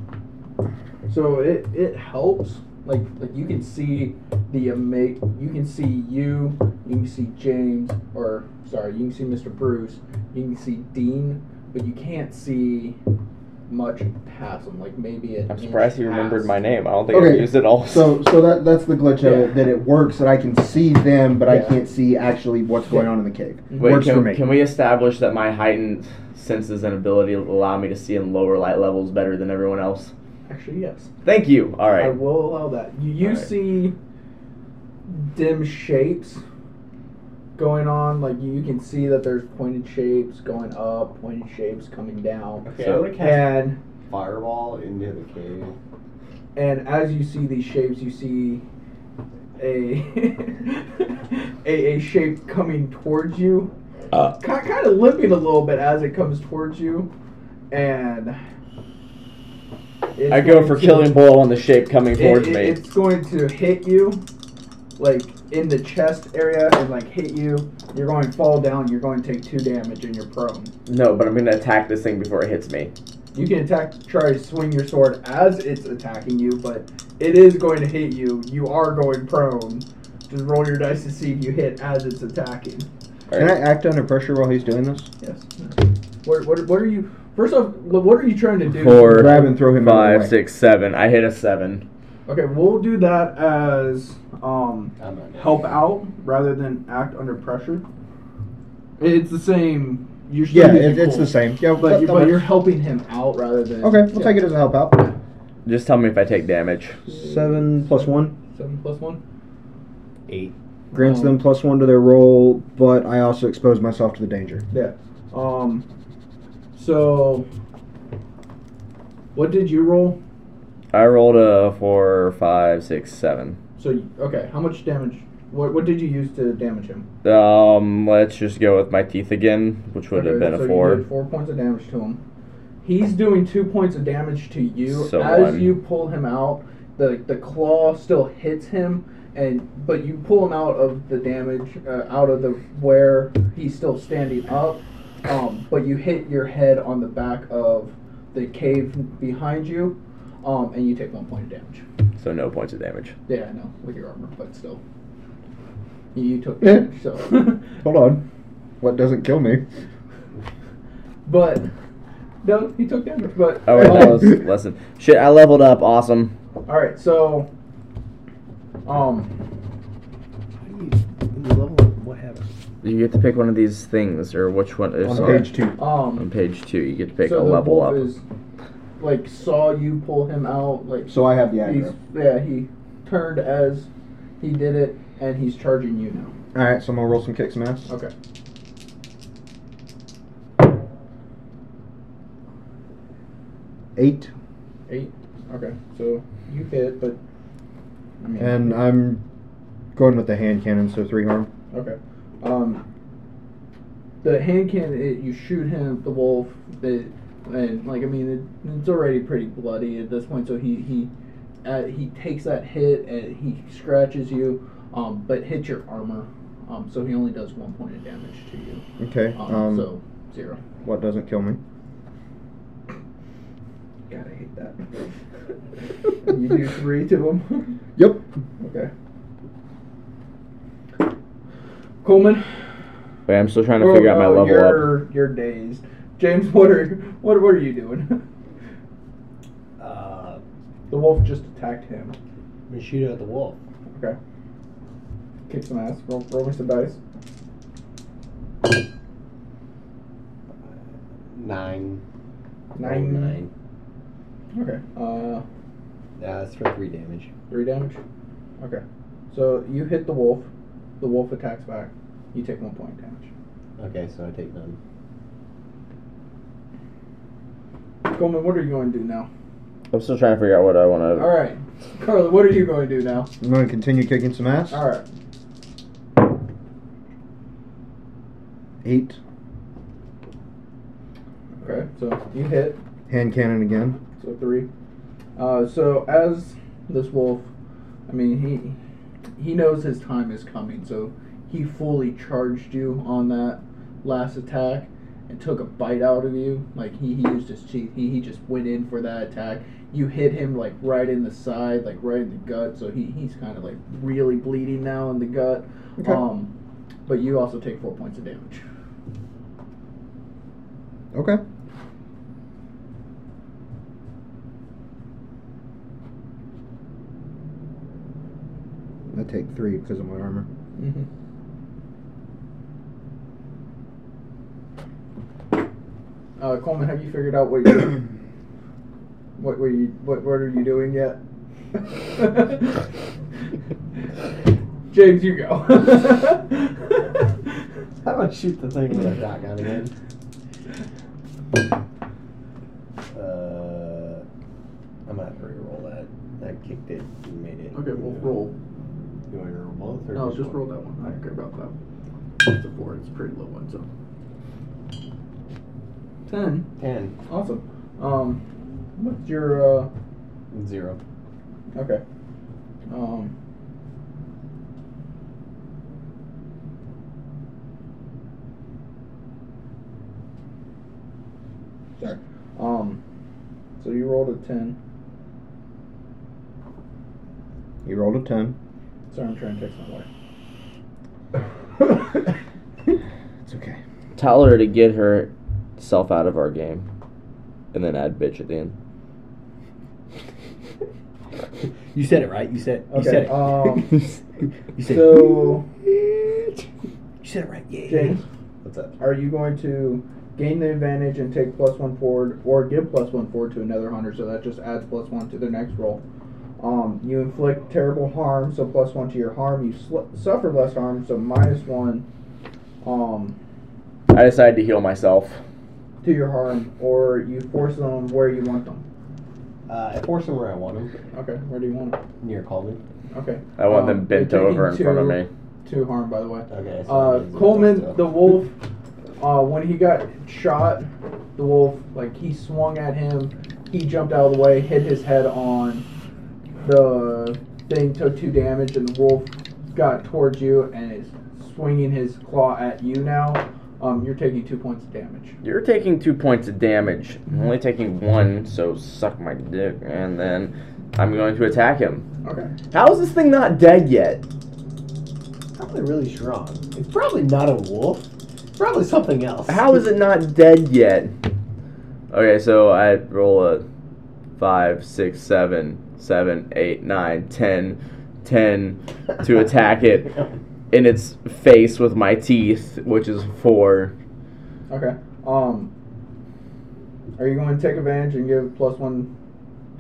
S4: So it, it helps. Like like you can see the ama- you can see you, you can see James or sorry, you can see Mr. Bruce, you can see Dean, but you can't see much past him. Like maybe an
S5: I'm
S4: inch
S5: surprised he remembered
S4: past.
S5: my name. I don't think I've
S8: Okay,
S5: used it all.
S8: So, so that that's the glitch of
S4: Yeah.
S8: it that it works that I can see them, but
S4: Yeah.
S8: I can't see actually what's going on in the cave.
S5: Wait,
S8: works
S5: can,
S8: for me.
S5: can we establish that my heightened senses and ability allow me to see in lower light levels better than everyone else?
S4: Actually, yes.
S5: Thank you. All
S4: I
S5: right.
S4: will allow that. You you
S5: Alright.
S4: see dim shapes going on. Like you, you can see that there's pointed shapes going up, pointed shapes coming down.
S6: Okay,
S5: So-
S6: I'm gonna cast
S4: And
S6: fireball into the cave.
S4: and as you see these shapes, you see a a, a shape coming towards you,
S5: Uh.
S4: kind, kind of limping a little bit as it comes towards you, and it's
S5: I go
S4: going
S5: for
S4: to-
S5: killing blow on the shape coming
S4: it-
S5: towards
S4: it-
S5: me.
S4: It's going to hit you, like in the chest area, and like hit you. You're going to fall down. You're going to take two damage, and you're prone.
S5: No, but I'm gonna attack this thing before it hits me.
S4: You can
S6: Mm-hmm.
S4: attack, try to swing your sword as it's attacking you, but it is going to hit you. You are going prone. Just roll your dice to see if you hit as it's attacking.
S5: All
S2: Can
S5: right.
S2: I act under pressure while he's doing this?
S4: Yes. What, what, what are you? First off, wh- what are you trying to do?
S5: Four. Or
S2: Grab and throw him. out of the
S5: Five,
S2: way.
S5: six, seven. I hit a seven.
S4: Okay, we'll do that as um
S6: I'm not
S4: help out rather than act under pressure. It's the same. You're still
S2: Yeah,
S4: using
S2: it, it's
S4: pull,
S2: the same. Yeah,
S4: But,
S2: that-
S4: you,
S2: that
S4: but
S2: works.
S4: you're helping him out rather than.
S2: okay. We'll take it as a help out.
S5: Just tell me if I take damage.
S2: Seven plus one
S4: Seven plus one.
S6: Eight.
S2: grants
S4: Um,
S2: them plus one to their roll, but I also expose myself to the danger.
S4: Yeah. Um. So, what did you roll?
S5: I rolled a four, five, six, seven.
S4: So you- okay, how much damage? What what did you use to damage him?
S5: Um, let's just go with my teeth again, which would have
S4: Okay,
S5: been
S4: so
S5: a
S4: you
S5: four.
S4: did four points of damage to him. He's doing two points of damage to you
S5: So
S4: as
S5: one.
S4: you pull him out. the The claw still hits him, and but you pull him out of the damage, uh, out of the where he's still standing up. Um, but you hit your head on the back of the cave behind you, um, and you take one point of damage.
S5: So no points of damage.
S4: Yeah, I know with your armor, but still, you, you took
S2: Yeah.
S4: damage. So.
S2: Hold on. What doesn't kill me?
S4: But no, he took damage. But
S5: Oh wait, that
S4: um,
S5: was lesson. Shit, I leveled up. Awesome.
S4: all right. So, um,
S6: What happened?
S5: You get to pick one of these things, or which one? Is
S2: On page two.
S5: On
S4: um,
S5: page two, you get to pick
S4: so
S5: a
S4: the
S5: level
S4: wolf
S5: up.
S4: is like saw you pull him out. Like
S8: So I have the
S4: he's
S8: aggro.
S4: yeah, he turned as he did it, and he's charging you now.
S2: All right, so I'm gonna roll some kicks, mass.
S4: Okay.
S2: Eight,
S4: Eight. Okay. So you hit, but I mean,
S2: and I'm going with the hand cannon, so three harm.
S4: Okay. Um, the hand cannon, it, you shoot him, the wolf, it, and like I mean, it, it's already pretty bloody at this point. So he he uh, he takes that hit and he scratches you, um, but hits your armor. Um, so he only does one point of damage to you.
S2: Okay.
S4: Um,
S2: Um,
S4: so zero.
S2: what doesn't kill me?
S4: God, I hate that. you do three to him.
S2: Yep.
S4: okay. Coleman.
S5: Wait, I'm still trying to
S4: Oh,
S5: figure out my
S4: no,
S5: level up.
S4: you're, You're dazed, James. What are what what are you doing?
S6: Uh,
S4: The wolf just attacked him.
S6: I'm gonna shoot at the wolf.
S4: Okay. Kick some ass. Roll, roll me some dice.
S6: Nine.
S4: Nine.
S6: Nine.
S4: Okay. Uh,
S6: Yeah, that's for three damage.
S4: three damage. Okay. So you hit the wolf. The wolf attacks back. You take one point of damage.
S7: Okay, so I take none.
S4: Coleman, what are you going to do now?
S5: I'm still trying to figure out what I want
S4: All right, Carla, what are you going to do now?
S2: I'm going to continue kicking some ass.
S4: All right,
S2: Eight.
S4: okay. So you hit.
S2: Hand cannon again.
S4: So three. Uh, so as this wolf, I mean he he knows his time is coming, so he fully charged you on that last attack and took a bite out of you. Like he, he used his teeth. He he just went in for that attack. You hit him like right in the side, like right in the gut. So he, he's kind of like really bleeding now in the gut.
S2: Okay.
S4: Um, but you also take four points of damage.
S2: Okay. I take three because of my armor.
S4: Mm-hmm. Uh, Coleman, have you figured out what you what were you what what are you doing yet? James, you go.
S7: I'm gonna shoot the thing with a shotgun again. Uh, I'm gonna have to re-roll that. That kicked it. You made it.
S4: okay, well roll.
S7: You want to roll both? Or
S4: No, just roll that one. I don't care about that. It's a four. It's a pretty low one. So ten.
S7: Ten.
S4: Awesome. Um, what's your uh?
S7: Zero.
S4: Okay. Um. Sorry. Um. So you rolled a ten.
S2: You rolled a ten.
S4: Sorry, I'm trying to text my wife.
S2: It's okay.
S5: Tell her to get herself out of our game, and then add bitch at the end.
S7: You said it right. You said. You
S4: Okay,
S7: said it.
S4: um,
S7: you said.
S4: So,
S7: you said it right. Yeah.
S4: James,
S7: What's up?
S4: are you going to gain the advantage and take plus one forward, or give plus one forward to another hunter? So that just adds plus one to their next roll. Um, you inflict terrible harm, so plus one to your harm. You sl- suffer less harm, so minus one um,
S5: I decided to heal myself.
S4: to your harm, or you force them where you want them.
S7: Uh, I force him where I want him.
S4: Okay, where do you want them?
S7: Near Coleman.
S4: Okay.
S5: I want
S4: Um,
S5: them bent
S4: you're taking
S5: over in front of
S4: two-
S5: me.
S4: Two harm, by the way.
S7: Okay. so
S4: Uh,
S7: I'm zero
S4: Coleman,
S7: still.
S4: the wolf, uh, when he got shot, the wolf, like, he swung at him. He jumped out of the way, hit his head on the thing, took two damage, and the wolf got towards you and is swinging his claw at you now. Um, you're taking two points of damage.
S5: You're taking two points of damage. I'm only taking one, so suck my dick. And then I'm going to attack him.
S4: Okay.
S5: How is this thing not dead yet?
S7: probably really strong. It's probably not a wolf. It's probably something else.
S5: How is it not dead yet? Okay, so I roll a five, six, seven, seven, eight, nine, ten, ten to attack it in its face with my teeth, which is four.
S4: Okay. Um, are you going to take advantage and give plus one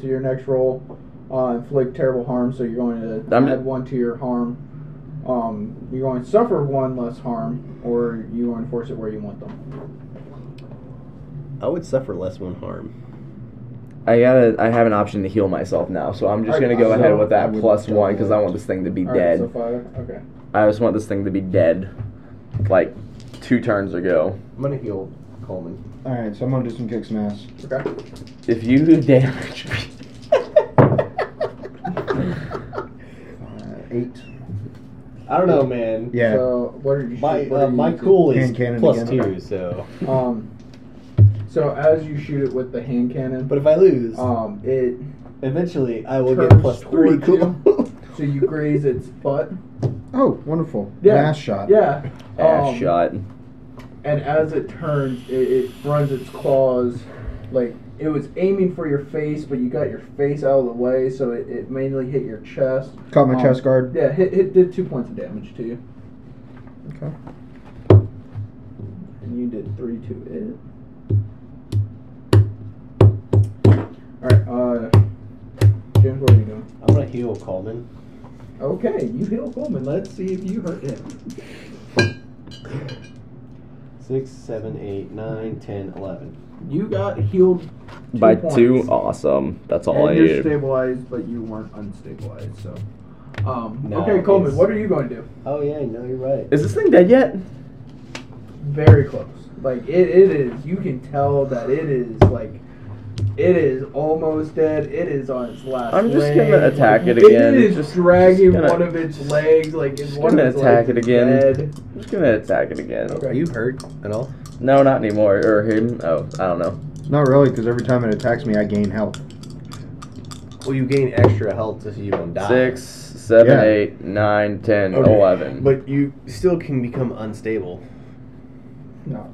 S4: to your next roll? Uh, inflict terrible harm, so you're going to
S5: I'm-
S4: add one to your harm. Um, you're going to suffer one less harm, or you going to force it where you want them.
S7: I would suffer less when harm.
S5: I gotta. I have an option to heal myself now, so I'm just
S4: Alright,
S5: gonna go
S4: so
S5: ahead with
S2: I
S5: that
S2: would
S5: plus
S2: double
S5: one because I
S2: that.
S5: want this thing to be
S4: All right,
S5: dead.
S4: so five. Okay.
S5: I just want this thing to be dead, like two turns ago.
S7: I'm gonna heal Coleman.
S2: All right, so I'm gonna do some kick some ass.
S4: Okay.
S5: If you do damage me,
S2: Uh, eight.
S7: I don't know, man.
S2: Yeah.
S4: So what are you?
S7: My
S4: what are
S7: uh,
S4: you
S7: my
S4: using?
S7: cool is
S2: Hand cannon
S7: plus
S2: again.
S7: two, so.
S4: Um. So as you shoot it with the hand cannon,
S7: But if I lose,
S4: um, it
S7: eventually I will get
S4: turns
S7: plus three.
S4: towards
S7: Cool.
S4: so you graze its butt.
S2: oh, wonderful.
S4: Yeah.
S2: An ass shot.
S4: Yeah.
S5: ass
S4: Um,
S5: shot.
S4: and as it turns, it, it runs its claws. Like it was aiming for your face, but you got your face out of the way, so it, it mainly hit your chest.
S2: Caught my
S4: Um,
S2: chest guard.
S4: Yeah, hit, hit did two points of damage to you,
S2: Okay.
S4: and you did three to it. All right, uh, James, what are you doing?
S7: I'm gonna heal Coleman.
S4: Okay, you heal Coleman. Let's see if you hurt him.
S10: Six, seven, eight, nine, ten, eleven.
S4: You got healed two
S5: By
S4: points.
S5: two, awesome. That's all I
S4: and you're
S5: needed.
S4: stabilized, but you weren't unstabilized. So, um,
S10: No,
S4: okay, Coleman,
S10: it's-
S4: what are you going to do?
S10: Oh yeah, no, you're right.
S5: Is this thing dead yet?
S4: Very close. Like it, it is. You can tell that it is like it is almost dead. It is on its last.
S5: I'm just
S4: leg.
S5: gonna attack it again.
S4: It is
S5: Just-
S4: dragging
S5: just gonna-
S4: one of its legs. Like it's
S5: just
S4: one
S5: gonna
S4: of its
S5: attack
S4: legs
S5: it again.
S4: Dead.
S5: I'm just gonna attack it again.
S4: Okay.
S7: Are you hurt at all?
S5: No, not anymore. Or him. Oh, I don't know.
S2: Not really, because every time it attacks me, I gain health.
S7: Well, you gain extra health if you don't die.
S5: Six, seven,
S2: Yeah.
S5: eight, nine, ten,
S7: Okay.
S5: eleven.
S7: But you still can become unstable.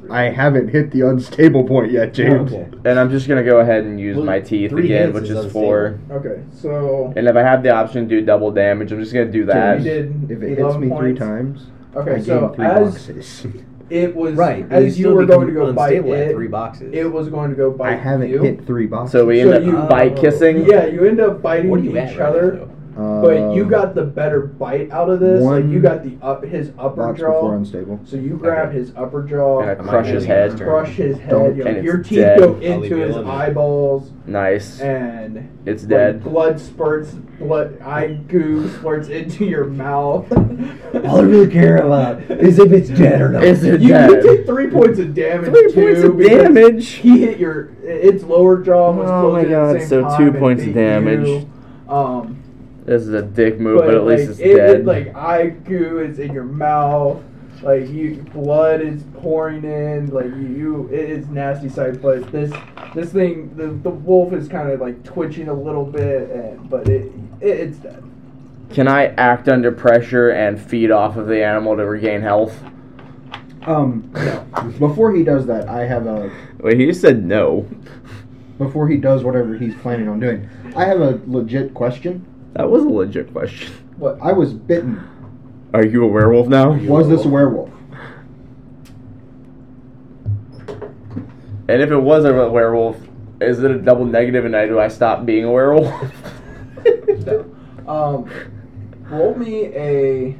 S2: I haven't hit the unstable point yet, James.
S10: Okay.
S5: And I'm just gonna go ahead and use
S10: Well,
S5: my teeth
S10: three
S5: again,
S10: hits
S5: which
S10: is
S5: is
S10: unstable.
S5: four.
S4: Okay, so
S5: And if I have the option to do double damage, I'm just gonna do
S4: you
S5: that.
S4: did
S2: If it hits
S4: 11
S2: me three
S4: points.
S2: times, I
S4: Okay,
S2: gain
S4: so
S2: three
S4: as
S2: boxes.
S4: it was
S7: Right. but
S4: as you
S7: still
S4: were
S7: become
S4: going to go bite
S7: unstable at
S4: it,
S7: three boxes.
S4: it was going to go
S2: I
S4: bite
S2: haven't
S4: you.
S2: hit three boxes.
S5: So we end
S4: So
S5: up
S4: you- Oh,
S5: by kissing.
S4: Yeah, you end up biting
S7: what are you
S4: each
S7: at right
S4: other.
S7: now, though?
S2: Um,
S4: But you got the better bite out of this. Like you
S2: one
S4: got the up his upper
S2: box before
S4: jaw.
S2: unstable.
S4: So you grab his upper jaw,
S5: And I
S7: Am I
S5: crush his
S7: hitting
S5: head.
S7: his turn?
S4: crush his
S2: Don't-
S4: head. you know,
S5: and it's
S4: your teeth
S5: dead.
S4: go
S7: I'll leave
S4: into
S7: you
S4: his
S7: alone.
S4: eyeballs,
S5: Nice.
S4: and
S5: It's
S4: like,
S5: dead.
S4: blood spurts, blood eye goo spurts into your mouth.
S11: All I really care about is if it's dead or not.
S5: Is it
S4: You,
S5: dead?
S4: you take three points of damage.
S5: Three points
S4: too,
S5: of
S4: because
S5: damage.
S4: He hit your its lower jaw was
S5: Oh
S4: closed
S5: my
S4: at the
S5: God,
S4: same
S5: so
S4: time
S5: two
S4: and
S5: points of
S4: bit you.
S5: damage.
S4: Um,
S5: This is a dick move, but, at
S4: like,
S5: least it's
S4: it,
S5: dead.
S4: It, like eye goo is in your mouth. Like you, blood is pouring in. Like you, you it is nasty sight. But this, this thing, the, the wolf is kind of like twitching a little bit, and, but it, it, it's dead.
S5: Can I act under pressure and feed off of the animal to regain health?
S2: Um, before he does that, I have a
S5: Wait, he said no.
S2: before he does whatever he's planning on doing. I have a legit question.
S5: That was a legit question.
S2: I was bitten.
S5: Are you a werewolf now?
S2: Was this a werewolf?
S5: And if it was a werewolf, is it a double negative and I do I stop being a werewolf?
S4: Um, roll me a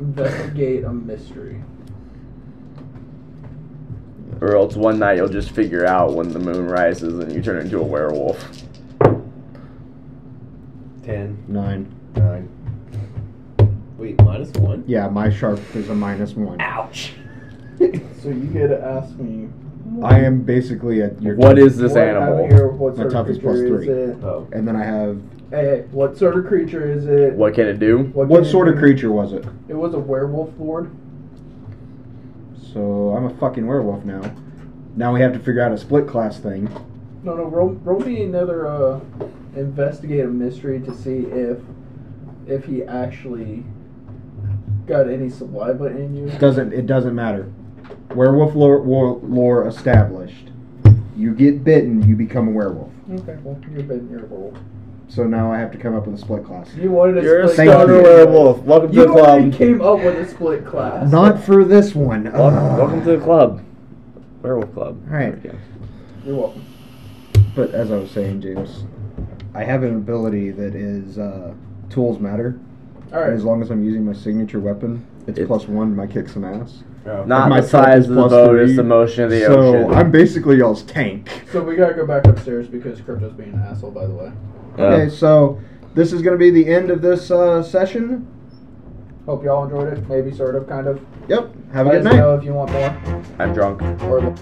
S4: investigate a mystery.
S5: or else one night you'll just figure out when the moon rises and you turn into a werewolf.
S7: Ten,
S2: Nine.
S7: nine. Wait, minus one?
S2: Yeah, my sharp is a minus one.
S7: Ouch.
S4: So you get to ask me
S2: I am basically at your.
S5: What is this
S4: what
S5: animal?
S4: Out here, what
S2: My
S4: sort of
S2: tough is
S4: creature
S2: plus
S4: is
S2: three.
S4: it?
S7: Oh.
S2: And then I have.
S4: Hey, hey, what sort of creature is it?
S5: What can it do?
S2: What
S4: can it
S2: sort of
S4: do?
S2: creature was it?
S4: It was a werewolf lord.
S2: So I'm a fucking werewolf now. Now we have to figure out a split class thing.
S4: No, no. Roll, roll me another uh, investigative mystery to see if if he actually got any saliva in you.
S2: Doesn't it doesn't matter. Werewolf lore, lore, lore established. You get bitten, you become a werewolf.
S4: Okay, well, you've been your role.
S2: So now I have to come up with a split class.
S4: You wanted a
S5: You're a
S4: split
S2: Thank
S5: stoner
S2: you.
S5: werewolf. Welcome to
S4: You
S5: the
S4: already
S5: club.
S4: came up with a split class.
S2: Not for this one.
S5: Welcome,
S2: Ugh.
S5: welcome to the club. Werewolf club.
S2: All right.
S5: Okay.
S4: You're welcome.
S2: But as I was saying, James, I have an ability that is uh, tools matter.
S4: All
S2: And
S4: right.
S2: as long as I'm using my signature weapon, it's,
S5: It's-
S2: plus one. My kick some ass.
S5: Not
S2: My
S5: the size of the
S2: plus
S5: boat, it's
S2: three.
S5: the motion of the
S2: so
S5: ocean.
S2: I'm basically y'all's tank.
S4: So we gotta go back upstairs because Crypto's being an asshole. By the way,
S5: Uh,
S2: Okay, so this is going to be the end of this uh, session.
S4: hope y'all enjoyed it. Maybe sort of, kind of.
S2: Yep. Have a
S4: Let
S2: good
S4: us
S2: night.
S4: know if you want more.
S5: I'm drunk.
S4: Or